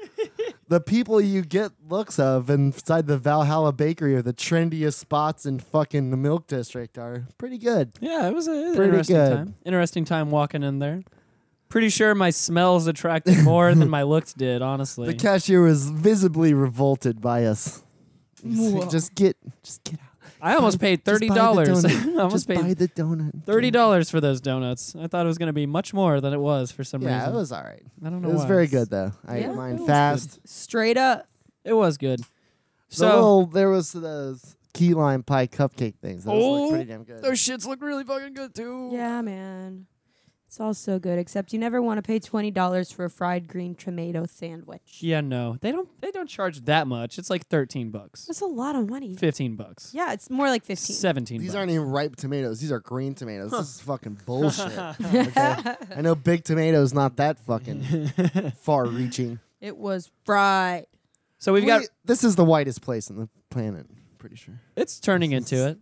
the people you get looks of inside the Valhalla Bakery are the trendiest spots in fucking the Milk District are pretty good.
Yeah, it was a- it was an
Pretty
interesting
good.
time. Interesting time walking in there. Pretty sure my smells attracted more than my looks did, honestly.
The cashier was visibly revolted by us. He said,
Whoa.
just get, just get out.
I almost paid
Just buy
thirty
the
dollars. I
donut.
almost
just
paid
buy the donut.
Thirty dollars for those donuts. I thought it was going to be much more than it was for some
Yeah,
reason.
it was all right.
I don't know.
It was
why.
very good though. I
Yeah,
ate
it
mine
was
fast.
Straight up.
It was good.
So
So
there was the key lime pie cupcake things. Those
Oh,
look pretty damn good.
those shits look really fucking good too.
Yeah, man. It's all so good, except you never want to pay twenty dollars for a fried green tomato sandwich.
Yeah, no, they don't. They don't charge that much. It's like thirteen bucks,
That's a lot of money.
fifteen bucks,
Yeah, it's more like fifteen.
seventeen.
These
bucks.
aren't even ripe tomatoes. These are green tomatoes. This is fucking bullshit. okay? I know big tomatoes not that fucking far-reaching.
It was fried.
So we've got.
We- this is the whitest place on the planet. Pretty sure.
It's turning into it.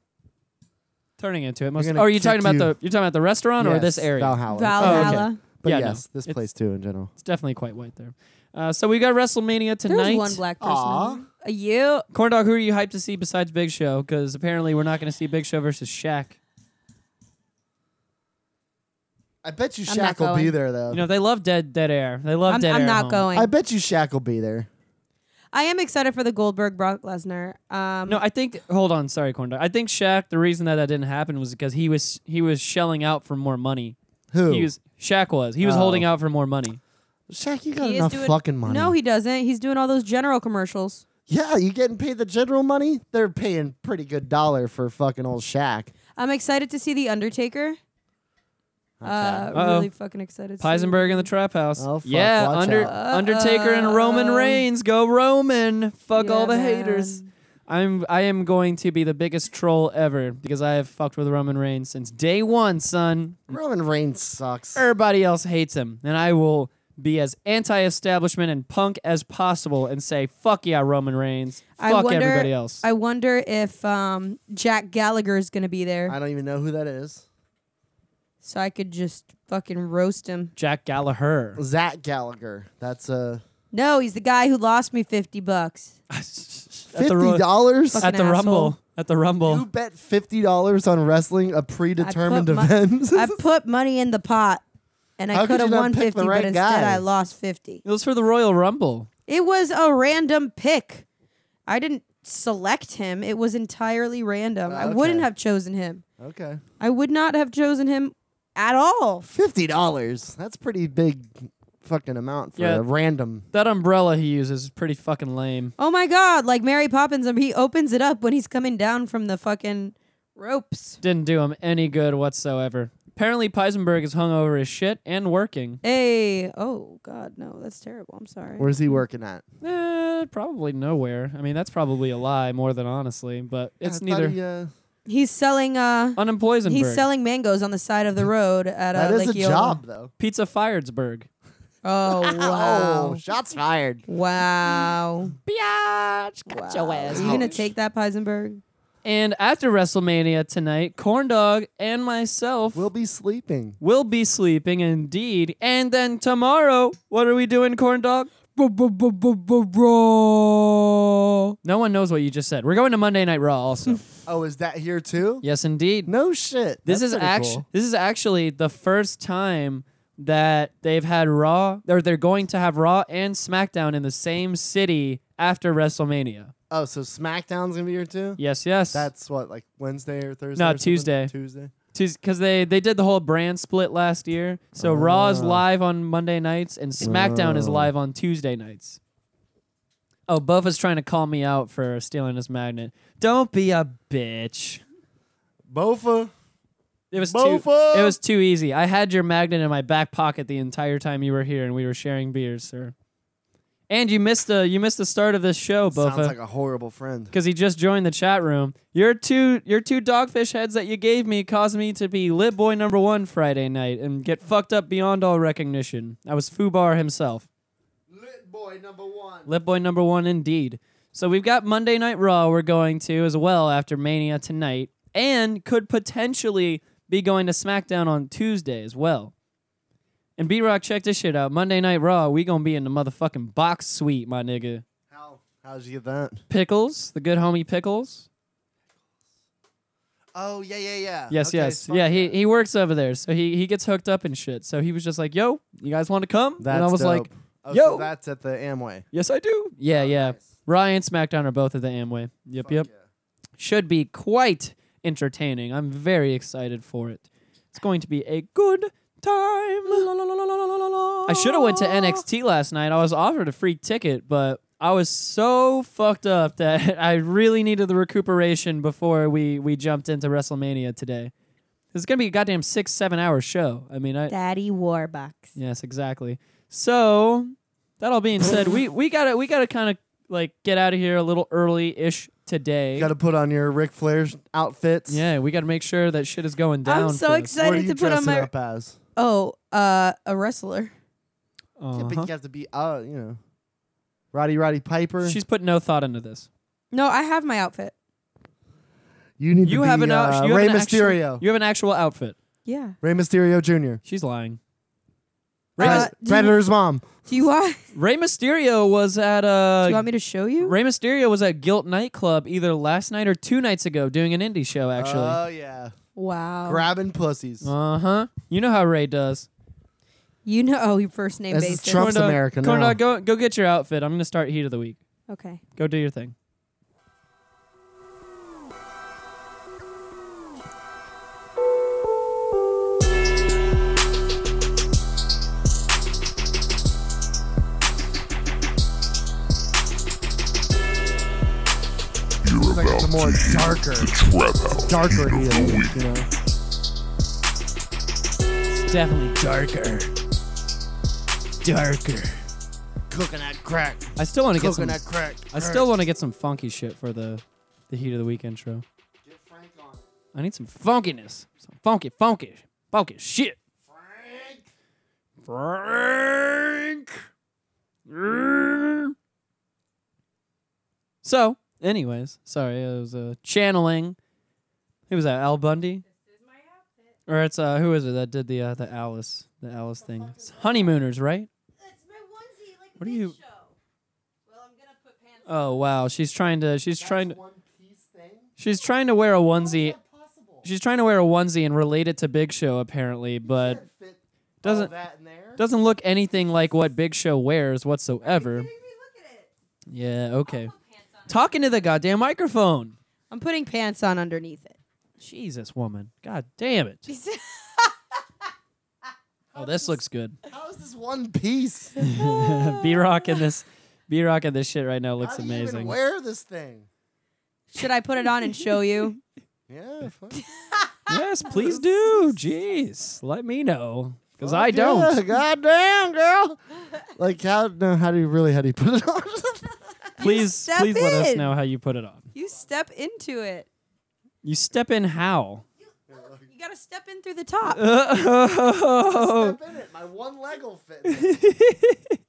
Turning into it. Most,
gonna
oh, are you
kick
talking about
you.
the? You're talking about the restaurant or
Yes,
this area? Oh,
Valhalla.
Valhalla.
But
Yeah, no.
yes, this
It's-
place too in general.
It's definitely quite white there. Uh, so we got WrestleMania
There
tonight.
was one black person.
Aw.
in there. Uh, you.
Corn dog, who are you hyped to see besides Big Show? Because apparently we're not going to see Big Show versus Shaq.
I bet you
I'm not
Shaq will be
going.
there though.
You know they love dead dead air. They love
I'm,
dead
I'm
air.
not
home.
going.
I
I,
bet you Shaq will be there.
I am excited for the Goldberg Brock Lesnar. Um,
No, I think. Hold on, sorry, corn dog. I think Shaq. The reason that that didn't happen was because he was he was shelling out for more money.
Who?
He was Shaq was he was
Oh.
holding out for more money.
Shaq, you got
he is
enough
doing-
fucking money.
No, he doesn't. He's doing all those general commercials.
Yeah, you getting paid the general money? They're paying pretty good dollar for fucking old Shaq.
I'm excited to see the Undertaker. Uh,
Uh-oh.
really fucking excited. to see
Heisenberg in the trap house.
Oh, fuck,
yeah,
watch
under
out.
Undertaker and Roman
Uh-oh.
Reigns. Go Roman. Fuck all
Yeah,
the haters.
man.
I'm I am going to be the biggest troll ever because I have fucked with Roman Reigns since day one, son.
Roman Reigns sucks.
Everybody else hates him, and I will be as anti-establishment and punk as possible and say fuck yeah Roman Reigns,
I
fuck
wonder-
everybody else.
I wonder if um, Jack Gallagher is gonna be there,
I don't even know who that is.
so I could just fucking roast him.
Jack Gallagher.
Zach Gallagher. That's uh,
No, he's the guy who lost me fifty bucks.
At the,
fifty
Ro-
dollars.
at the
Fucking
Rumble.
asshole.
At the
You
Rumble.
bet fifty dollars on wrestling a predetermined
my-
event.
I put money in the pot, and
How
I
could
could have
you not
won
pick the
fifty,
right
but instead
guy?
I lost fifty.
It was for the Royal Rumble.
It was a random pick. I didn't select him. It was entirely random. I
okay.
wouldn't have chosen him.
okay,
I would not have chosen him at all.
fifty dollars. That's pretty big, fucking amount for
Yeah.
a random.
That umbrella he uses is pretty fucking lame.
Oh my god, like Mary Poppins, um, he opens it up when he's coming down from the fucking ropes.
Didn't do him any good whatsoever. Apparently, Peisenberg is hung over his shit and working.
Hey, oh god, no, that's terrible. I'm sorry.
Where's he working at?
Eh, probably nowhere. I mean, that's probably a lie more than honestly, but it's
I thought
neither.
he, uh,
He's selling uh
Unemployed.
he's selling mangoes on the side of the road at
that
uh,
is a
Lake Eola.
job though.
Pizza Firedsburg.
Oh
Oh,
wow.
shots fired.
Wow.
Gotcha,
Are you gonna take that Peisenberg?
And after WrestleMania tonight, Corndog and myself
We'll
will
be sleeping.
be sleeping indeed. And then tomorrow, what are we doing, Corndog? No one knows what you just said. We're going to Monday Night Raw also.
Oh, is that here too?
yes, indeed.
No shit.
This
That's
is
pretty
actually
cool.
this is actually the first time that they've had Raw or they're going to have Raw and SmackDown in the same city after WrestleMania.
Oh, so SmackDown's gonna be here too.
Yes, yes.
That's what like Wednesday or Thursday.
No,
or something?
Tuesday.
Tuesday.
because they they did the whole brand split last year. So Raw
Ah.
is live on Monday nights and SmackDown is live on Tuesday nights. Oh, Buffa's trying to call me out for stealing his magnet. Don't be a bitch.
Bofa.
It was
Mofo!
too. It was too easy. I had your magnet in my back pocket the entire time you were here, and we were sharing beers, sir. And you missed the you missed the start of this show,
Sounds
Bofa,
like a horrible friend.
because he just joined the chat room. Your two your two dogfish heads that you gave me caused me to be lit boy number one Friday night and get fucked up beyond all recognition. I was Fubar himself.
Lit boy number one.
Lip Boy number one, indeed. So we've got Monday Night Raw we're going to as well after Mania tonight, and could potentially be going to SmackDown on Tuesday as well. And B Rock, check this shit out. Monday Night Raw, we gonna be in the motherfucking box suite, my nigga.
How? How'd you get that?
Pickles, the good homie Pickles.
Oh yeah yeah yeah.
Yes,
Okay,
yes,
fuck
yeah. He
that.
he works over there, so he he gets hooked up and shit. So he was just like, "Yo, you guys want to come?"
That's
and I was
dope.
like,
oh,
"Yo."
so that's at the Amway.
"Yes, I do." Yeah, yeah. Ryan and SmackDown are both at the Amway. Yep,
Oh, Fuck
yep.
yeah.
should be quite entertaining. I'm very excited for it. It's going to be a good time. I should have went to NXT last night. I was offered a free ticket, but I was so fucked up that I really needed the recuperation before we we jumped into WrestleMania today. It's gonna be a goddamn six seven hour show. I mean, I
Daddy Warbucks.
yes exactly. So that all being said, we we gotta we gotta kind of like get out of here a little early ish today.
You got to put on your Ric Flair outfits.
Yeah, we got to make sure that shit is going down.
I'm so
for-
What are
excited
you
to put on
dressing
my
up as?
Oh, uh, a wrestler.
Yeah, but
Uh-huh.
you have to be uh you know, Roddy Roddy Piper.
She's put no thought into this.
No, I have my outfit.
you need
You
to
have
be
an out-
uh,
you have
Rey
an actual-
Mysterio.
you have an actual outfit.
Yeah.
Rey Mysterio Jr.
She's lying. Rey,
Uh,
Pres-
do you-
Predator's mom.
Do you want?
Rey Mysterio was at
do
uh
you want me to show you?
Rey Mysterio was at Guilt nightclub either last night or two nights ago doing an indie show actually. Oh.
Oh yeah.
wow.
Grabbing pussies.
Uh huh. You know how Ray does.
you know, oh, your first name
This is
basis.
Trump- Trump's
Corn dog-
America
Corn
now.
dog, go go get your outfit. I'm gonna start heat of the week.
Okay.
Go do your thing.
It's like it's a more darker, darker heel. You know,
It's definitely darker. Darker.
coconut crack,
I still want to get some.
coconut crack.
I still want to get some funky shit for the the heat of the week intro.
Get Frank on it.
I need some funkiness. Some funky, funky, funky shit.
Frank.
Frank. So, anyways, sorry, it was uh, channeling. Who was that? Al Bundy. Or it's uh, who is it that did the uh, the Alice the Alice thing? It's honeymooners, right?
That's my onesie, like
What do you-
Well, I'm gonna put pants.
Oh wow, she's trying to she's trying to
One piece thing.
she's trying to wear a onesie.
Not possible.
She's trying to wear a onesie and relate it to Big Show apparently, but
Can't fit all
doesn't-
Oh, that in there.
doesn't look anything like what Big Show wears whatsoever. Yeah, okay. Talking to the goddamn microphone.
I'm putting pants on underneath it.
Jesus, woman. God damn it. Oh, this looks good.
How is this one piece?
B Rock in this B Rock in this shit right now looks
How do You even
amazing.
wear this thing.
Should I put it on and show you?
Yeah. fuck.
Yes, please do. Jeez. Let me know. Because
Fuck
I
Yeah,
don't.
God damn, girl. Like how? No, how do you really? How do you put it on?
Please
step
please let us
in.
know how you put it on.
You step into it.
You step in how?
You gotta step in through the top.
Uh, you
Step in it. My one leg will fit. in it.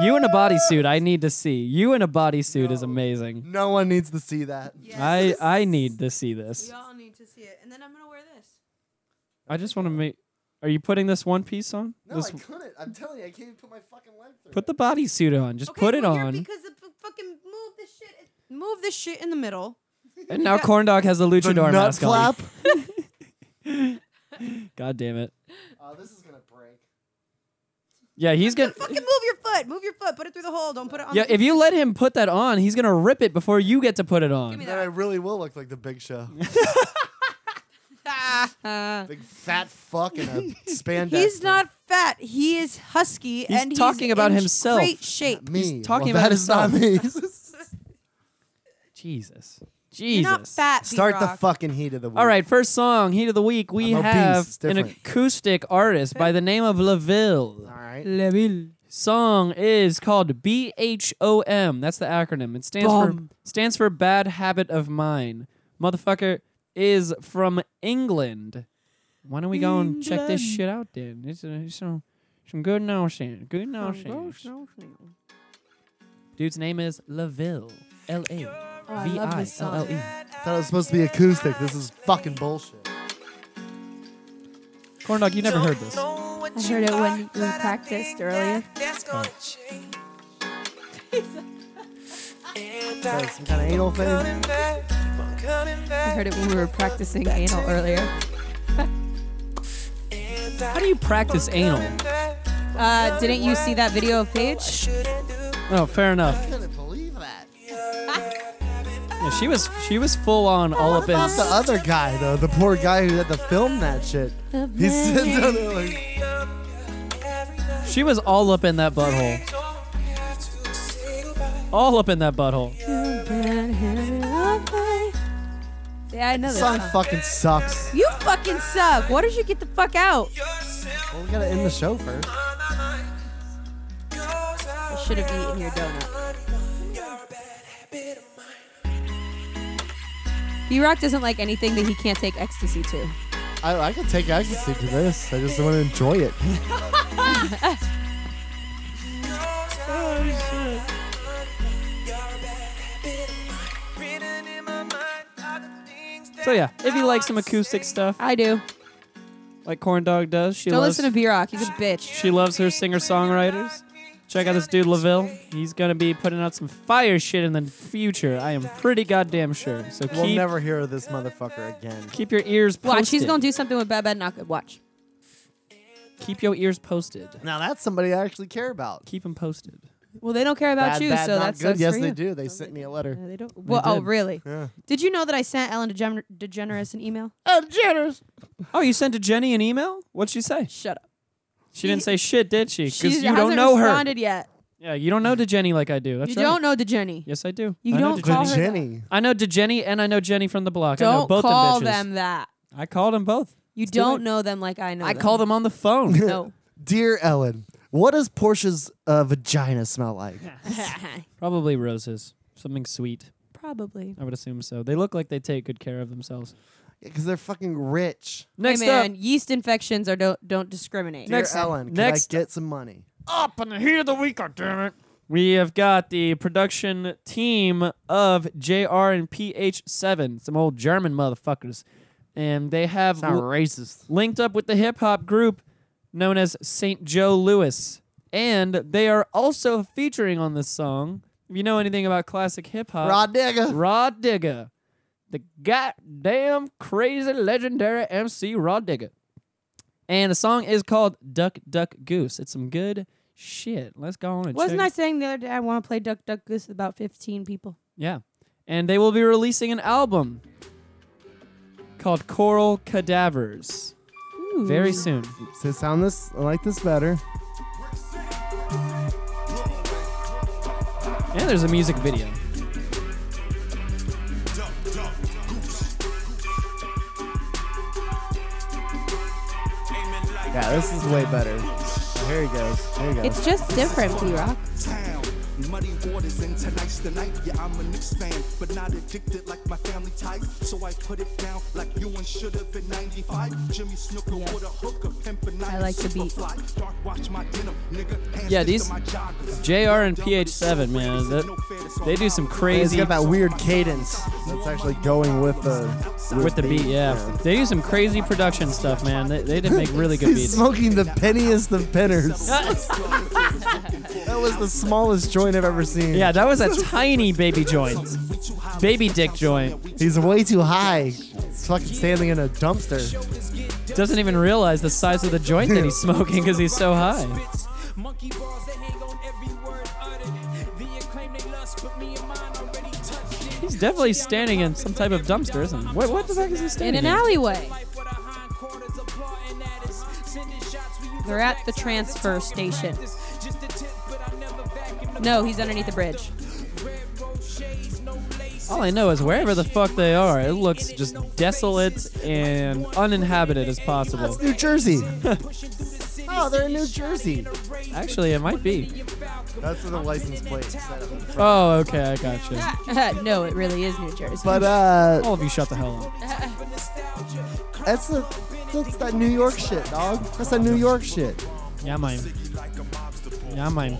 in a bodysuit, I need to see. You in a bodysuit is amazing.
no one needs to see that.
I I need to see this.
all need to see it, and then I'm gonna wear this.
I just want to make. Are you putting this one piece on?
No,
this,
I couldn't. I'm telling you, I can't even put my fucking leg through.
put
it.
the bodysuit on. Just put it on.
because the f- fucking move the shit. Move the shit in the middle.
And now Corn Dog has the luchador
nut
mask
flap.
on. God damn it.
Oh, this is gonna break.
Yeah, he's gonna.
Fucking move your foot. Move your foot. Put it through the hole. Don't put it on.
Yeah,
the-
if you let him put that on, he's gonna rip it before you get to put it
me
on.
that.
Then I really will look like the Big Show,
Ah, ah.
big fat fuck in a spandex.
He's
thing.
not fat. He is husky,
He's
and
talking
he's
about
in
himself.
Great shape.
me.
he's talking
well,
about
that is not me.
Jesus.
You're
Jesus.
not fat.
Start the
B-Rock.
fucking heat of the week.
All right, first song, Heat of the Week. We
I'm obese,
have
it's
an
different.
acoustic artist by the name of LaVille.
All right.
Song is called BHOM. That's the acronym. It stands
Bum.
for stands for Bad Habit of Mine. Motherfucker is from England. Why don't we go and check this
England.
shit out then? It's, uh, it's some some good nonsense. Good nonsense. Dude's name is LaVille. L E. A V I L L E.
Thought it was supposed to be acoustic. This is fucking bullshit.
Corn dog, you never heard this.
I
heard it when we practiced earlier.
Like some kind of anal thing.
I heard it when we were practicing anal earlier.
How do you practice anal?
Uh, didn't you see that video of Paige?
Oh, fair enough.
couldn't believe that.
Yeah, she was she was full on all
What
up in.
about the other guy though? The poor guy who had to film that shit. He sits down there like,
She was all up in that butthole. All up in that butthole.
Yeah, I know
this
this
song
song.
fucking sucks.
You fucking suck. Why don't you get the fuck out?
Well, we gotta end the show first.
I should have eaten your donut. B-Rock doesn't like anything that he can't take ecstasy to.
I, I could take ecstasy to this. I just want to enjoy it.
So yeah, if you like some acoustic stuff,
I do.
like Corn Dog does, she
Don't
loves
listen to B-Rock. He's a bitch.
she loves her singer songwriters. Check out this dude Laville. He's gonna be putting out some fire shit in the future. I am pretty goddamn sure. So
We'll
keep
never hear of this motherfucker again.
keep your ears posted.
Watch, he's gonna do something with Bad Bad Not Good. Watch.
Keep your ears posted.
Now that's somebody I actually care about.
Keep them posted.
Well, they don't care about
Bad,
you,
bad,
so
not
that
good.
sucks
Yes,
for
they
you.
do. They sent me a letter.
No, they don't. Well, oh,
did.
really?
Yeah.
Did you know that I sent Ellen DeGener- DeGeneres an email?
Oh, generous.
Oh, you sent to Jenny an email? What'd she say?
Shut up.
She didn't say shit, did she?
She
Because you
hasn't
don't know her.
responded yet.
Yeah, you don't know DeJenny like I do. That's
you
right.
don't know DeGenny.
Yes, I do.
You
I know
don't
DeJenny.
call her
Jenny.
I know DeJenny and I know Jenny from the block. I know
Don't
both
call
them bitches.
them that.
I called them both.
You
too
don't
late.
know them like I know.
I
them.
called them on the phone.
No.
Dear Ellen, what does Portia's uh, vagina smell like?
Probably roses. Something sweet.
Probably.
I would assume so. They look like they take good care of themselves.
Because they're fucking rich.
Next
hey man,
up.
yeast infections are don't don't discriminate.
Dear
Next-
Ellen,
next-
can I get some money?
Up in the heat of the week, damn it. We have got the production team of JR and PH7, some old German motherfuckers. And they have l-
racist.
linked up with the hip hop group known as St. Joe Lewis. And they are also featuring on this song. If you know anything about classic hip hop,
Raw nigga.
Rod Digger, the goddamn crazy legendary MC Rod Digger. And the song is called Duck Duck Goose. It's some good shit. Let's go on and
Wasn't
check.
I saying the other day I want to play Duck Duck Goose with about 15 people?
Yeah. And they will be releasing an album called Coral Cadavers
Ooh.
very soon.
So sound this I like this better.
And there's a music video.
Yeah, this is way better. Here he goes. Here he goes.
It's just different, P Rock.
town. Muddy waters and tonight's the night. Yeah, I'm a Knicks fan, but not addicted like my family type. So I put it down like you and should have in 95. Jimmy Snooker
Yes.
with a hooker, pimpin'
I like the beat.
Fly. Dark watch my denim, nigga. Hands
Yeah,
to
these-
my joggers.
JR and PH7, man, that- they do some
It's
crazy
got that weird cadence that's actually going with the
with the beat. Yeah, they do some crazy production stuff, man. They, they did make really good
He's
beats.
smoking the penniest of pinners. that was the smallest joint I've ever seen.
Yeah, that was a tiny baby joint, baby dick joint.
He's way too high. He's fucking standing in a dumpster.
Doesn't even realize the size of the joint that he's smoking because he's so high.
Monkey bars that hang on every word uttered. The acclaim they lust, but me and mine already touched it.
He's definitely standing in some type of dumpster, isn't he? What, what the heck is he
In
standing
an alleyway.
Life with our hindquarters applauding at us. Sending shots we use
They're
to
at the
backside
transfer
and talking
station.
practice. Just a tip, but I never vacuum the
No, he's underneath the bridge.
red rose shades, no lace.
All I know is wherever the fuck they are, it looks just desolate and uninhabited as possible.
New Jersey. oh, they're in New Jersey.
Actually, it might be.
That's the license plate. set up in front.
Oh, okay, I got you.
no, it really is New Jersey.
But uh,
All of you, shut the hell up.
that's the that's that New York shit, dog. That's that New York shit.
Yeah, mine. Yeah, mine.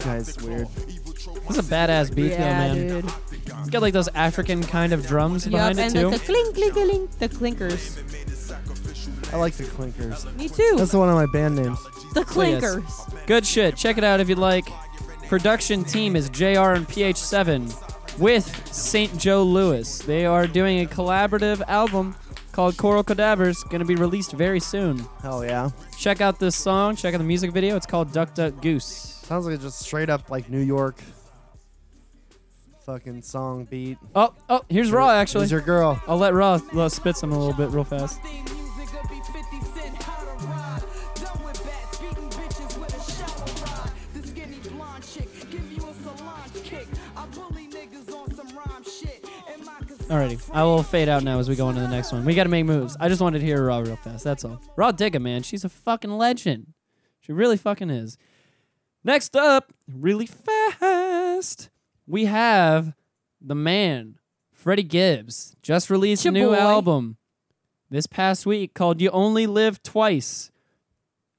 Guy's weird.
This is a badass beat, though,
yeah,
man.
dude.
It's got like those African kind of drums
Yup,
behind
and
it too.
like the clink, clink, clink, the clinkers.
I like the clinkers.
Me too.
That's the one of my band names.
the
yes.
clinkers.
Good shit. Check it out if you'd like. Production team is JR and PH7 with St. Joe Lewis. They are doing a collaborative album called Coral Cadavers, going to be released very soon.
Hell yeah.
Check out this song, check out the music video. It's called Duck Duck Goose.
Sounds like it's just straight up like New York. Fucking song beat.
Oh, oh, here's Raw actually.
Here's your girl.
I'll let Raw, Raw spit some a little bit real fast.
Theme music will be 50 cent how to ride. Done with bats, beating bitches with a shower ride. The skinny blonde chick give you a salon kick. I bully niggas on some rhyme shit. And my cassette
Alrighty, I will fade out now as we go on to the next one. We got to make moves. I just wanted to hear Raw real fast. That's all. Raw Digga, man, she's a fucking legend. She really fucking is. Next up, really fast, we have the man, Freddie Gibbs, just released
Ya
a new
boy.
album this past week called "You Only Live Twice,"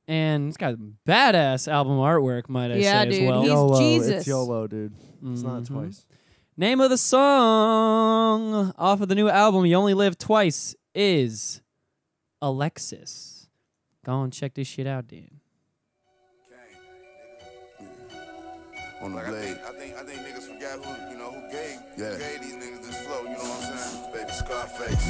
and it's got badass album artwork, might I
Yeah,
say
dude.
as well.
He's
YOLO.
Jesus.
It's YOLO, dude. It's not
Mhm.
twice.
Name of the song off of the new album You Only Live Twice is Alexis. Go and check this shit out, dude.
on the blade. I think, I think niggas forgot who, you know, who gave, who gave these niggas this flow, you know what I'm saying? Baby Scarface.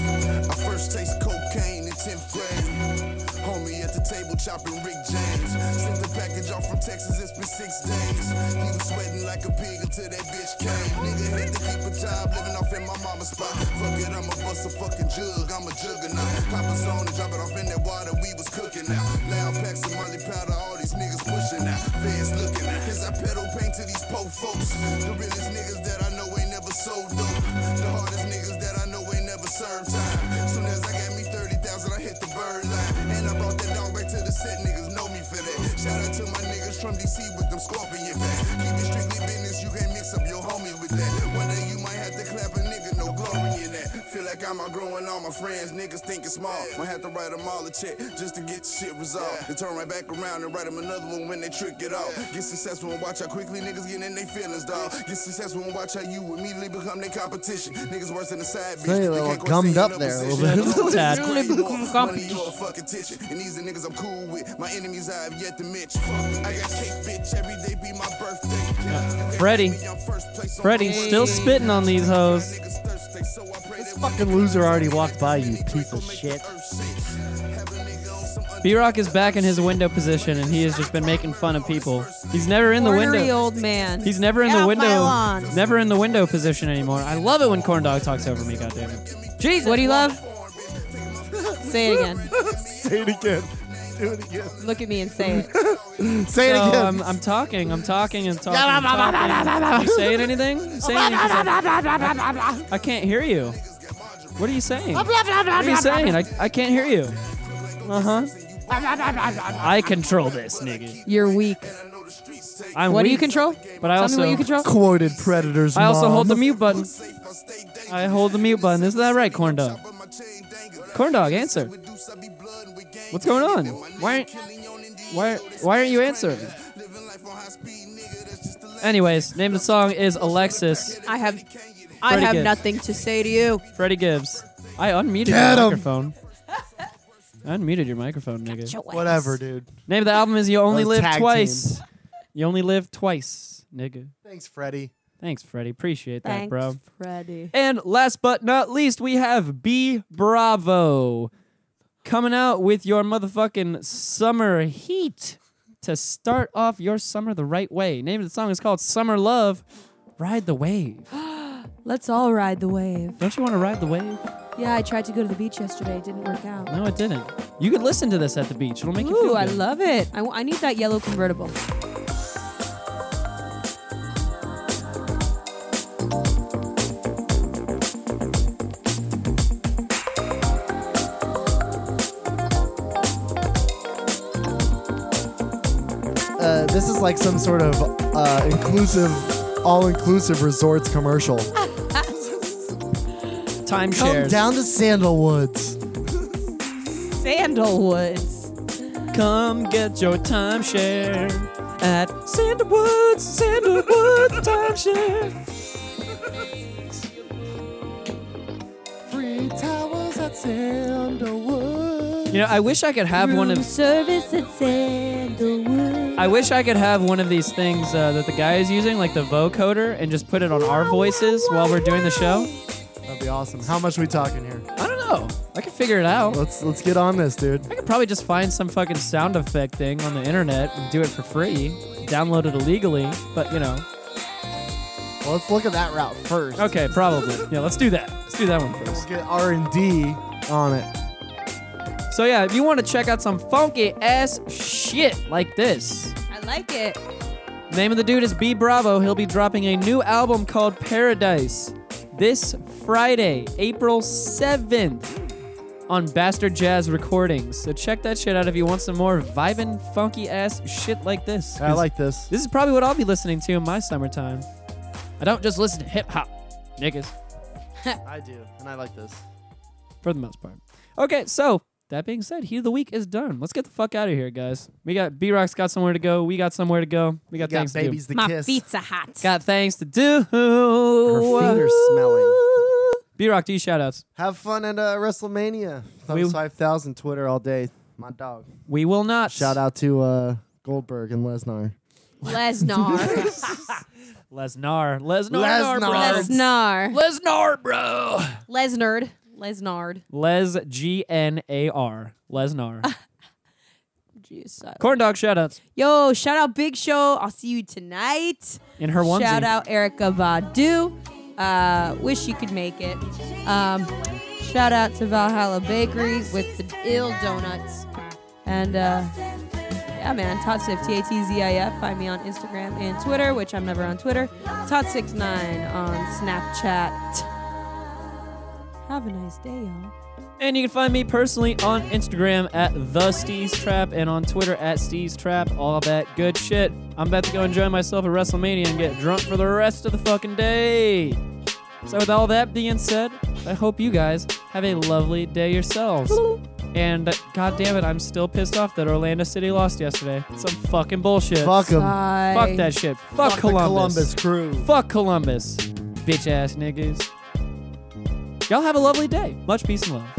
I first taste cocaine in 10th grade. Homie at the table chopping Rick James. Sent the package off from from Texas, it's been six days. He was sweating like a pig until that bitch came. Nigga had to keep a job, living off in my mama's spot. Fuck it, I'ma bust a fucking jug, I'm a juggernaut. Pop a zone and drop it off in that water we was cooking now. Loud packs of Molly powder, all these niggas pushing now. Fans looking now, cause I pedal paint to these po folks. The realest niggas that I know ain't never sold dope. The hardest niggas that I know ain't never served time. Soon as I got me 30,000, I hit the bird line. And I brought that dog back to the set, niggas know me for that. Shout out to my niggas from DC with them scorpion packs. Keep it strictly business, you can't mix up your homies with that. One day you might have to clap a nigga, no glory in that. Feel like I'm outgrowing all my friends, niggas thinking small. Might have to write them all a check just to get shit resolved. Then turn right back around and write them another one when they trick it off. Get successful and watch how quickly niggas get in their feelings, dog. Get successful and watch how you immediately become their competition. Niggas worse than a side bitch.
Say a
They
little
can't quite
gummed
stay in
up
no
there a little
position.
bit.
Just a tad.
Money
Competition.
you a fucking titch. And these are niggas I'm cool with. My enemies I have yet to mention. I got cake, bitch. Every day be my birthday. You can
Freddie.
see me on first place on
Freddie's
Wednesday.
still spitting on these hoes.
Niggas thirsty, so I pray that when
Fucking loser already walked by you, piece of shit.
B Rock is back in his window position and he has just been making fun of people. He's never in the
Ornery
window.
old man.
He's never in
Get
the
off My lawn.
window. Never in the window position anymore. I love it when corn dog talks over me, goddammit. Jesus.
What do you love? say it again.
Say it again. Do it again.
Look at me and say it.
Say
So
it again.
I'm, I'm talking, I'm talking, and talking. I'm talking. You saying anything? You saying anything? I can't hear you. What are you saying? What are you saying? I, I can't hear you. Uh huh. I control this, nigga.
You're weak.
I'm
What do you
weak,
control?
But I
Tell
also
me what you control.
Quoted Predators.
I also hold the
mom.
mute button. I hold the mute button. Isn't that right, corn dog?
my chain dangle.
Corn dog, answer.
Deuce, I be bloodin' with gang.
What's going on? Why aren't
Killing on Indian.
why why aren't you answering?
Living life on high speed, nigga. That's just the life.
Anyways, name of the song is Alexis.
I have. I
Freddie
have
Gibbs.
nothing to say to you.
Freddie Gibbs. I unmuted
Get
your
'em.
microphone. I unmuted your microphone, nigga.
Whatever, dude.
Name of the album is You Only
Those
Live
tag
Twice. You only live twice, nigga.
Thanks, Freddie.
Thanks, Freddie. Appreciate that, bro.
Freddie.
And last but not least, we have B Bravo coming out with your motherfucking summer heat to start off your summer the right way. Name of the song is called Summer Love. Ride the wave.
Let's all ride the wave.
Don't you want to ride the wave?
Yeah, I tried to go to the beach yesterday. It didn't work out.
No, it didn't. You could listen to this at the beach. It'll make you feel
Ooh, I
good.
love it. I, w- I need that yellow convertible.
Uh, this is like some sort of uh, inclusive, all-inclusive resorts commercial. Come
timeshares.
down to Sandalwoods.
Sandalwoods.
Come get your timeshare at Sandalwood's Sandalwood's timeshare.
Free towers at Sandalwood.
You know, I wish I could have one
Room
of
service at Sandalwood.
I wish I could have one of these things uh, that the guy is using, like the vocoder, and just put it on our voices while we're doing the show.
That'd be awesome. How much we talking here?
I don't know. I could figure it out.
Let's let's get on this, dude.
I could probably just find some fucking sound effect thing on the internet and do it for free. Download it illegally, but you know.
Well, let's look at that route first.
Okay, probably. Yeah, let's do that. Let's do that one first.
Let's get R and D on it.
So yeah, if you want to check out some funky ass shit like this,
I like it.
name of the dude is B Bravo. He'll be dropping a new album called Paradise this Friday, April 7th on Bastard Jazz Recordings. So check that shit out if you want some more vibin' funky ass shit like this. 'Cause
I like this.
This is probably what I'll be listening to in my summertime. I don't just listen to hip hop, niggas,
I do, and I like this.
for the most part. Okay, so that being said, heat of the week is done. Let's get the fuck out of here, guys. We got B Rock's got somewhere to go. We got somewhere to go. We got,
You got
things
babies
to
to
My
kiss.
feet's are hot.
do. Got things to do. Her
Her feet are smelling.
B Rock, do you shout outs?
Have fun at uh, WrestleMania.
We-
Thumbs five thousand Twitter all day. My dog.
We will not.
Shout out to uh, Goldberg and Lesnar.
Lesnar.
Lesnar. Lesnar.
Lesnar.
Lesnar.
Lesnar.
Lesnar, bro.
Lesnard. Lesnard.
Les G N A R. Lesnar.
Jeez, sorry.
Corn dog shoutouts
Yo, shout out Big Show. I'll see you tonight.
in her onesie.
Shout out Erica Badu. Uh, wish you could make it. Um, shout out to Valhalla Bakery with the ill donuts. And uh, yeah, man, Totsif, T A T Z I F. Find me on Instagram and Twitter, which I'm never on Twitter. Tot69 on Snapchat. Have a nice day, y'all.
And you can find me personally on Instagram at the Steez Trap and on Twitter at Steez Trap. All that good shit. I'm about to go enjoy myself at WrestleMania and get drunk for the rest of the fucking day. So with all that being said, I hope you guys have a lovely day yourselves. And uh, god damn it, I'm still pissed off that Orlando City lost yesterday. Some fucking bullshit.
Fuck them.
Fuck that shit. Fuck,
the
Columbus.
Columbus crew.
Fuck Columbus. Bitch ass niggas. Y'all have a lovely day. Much peace and love.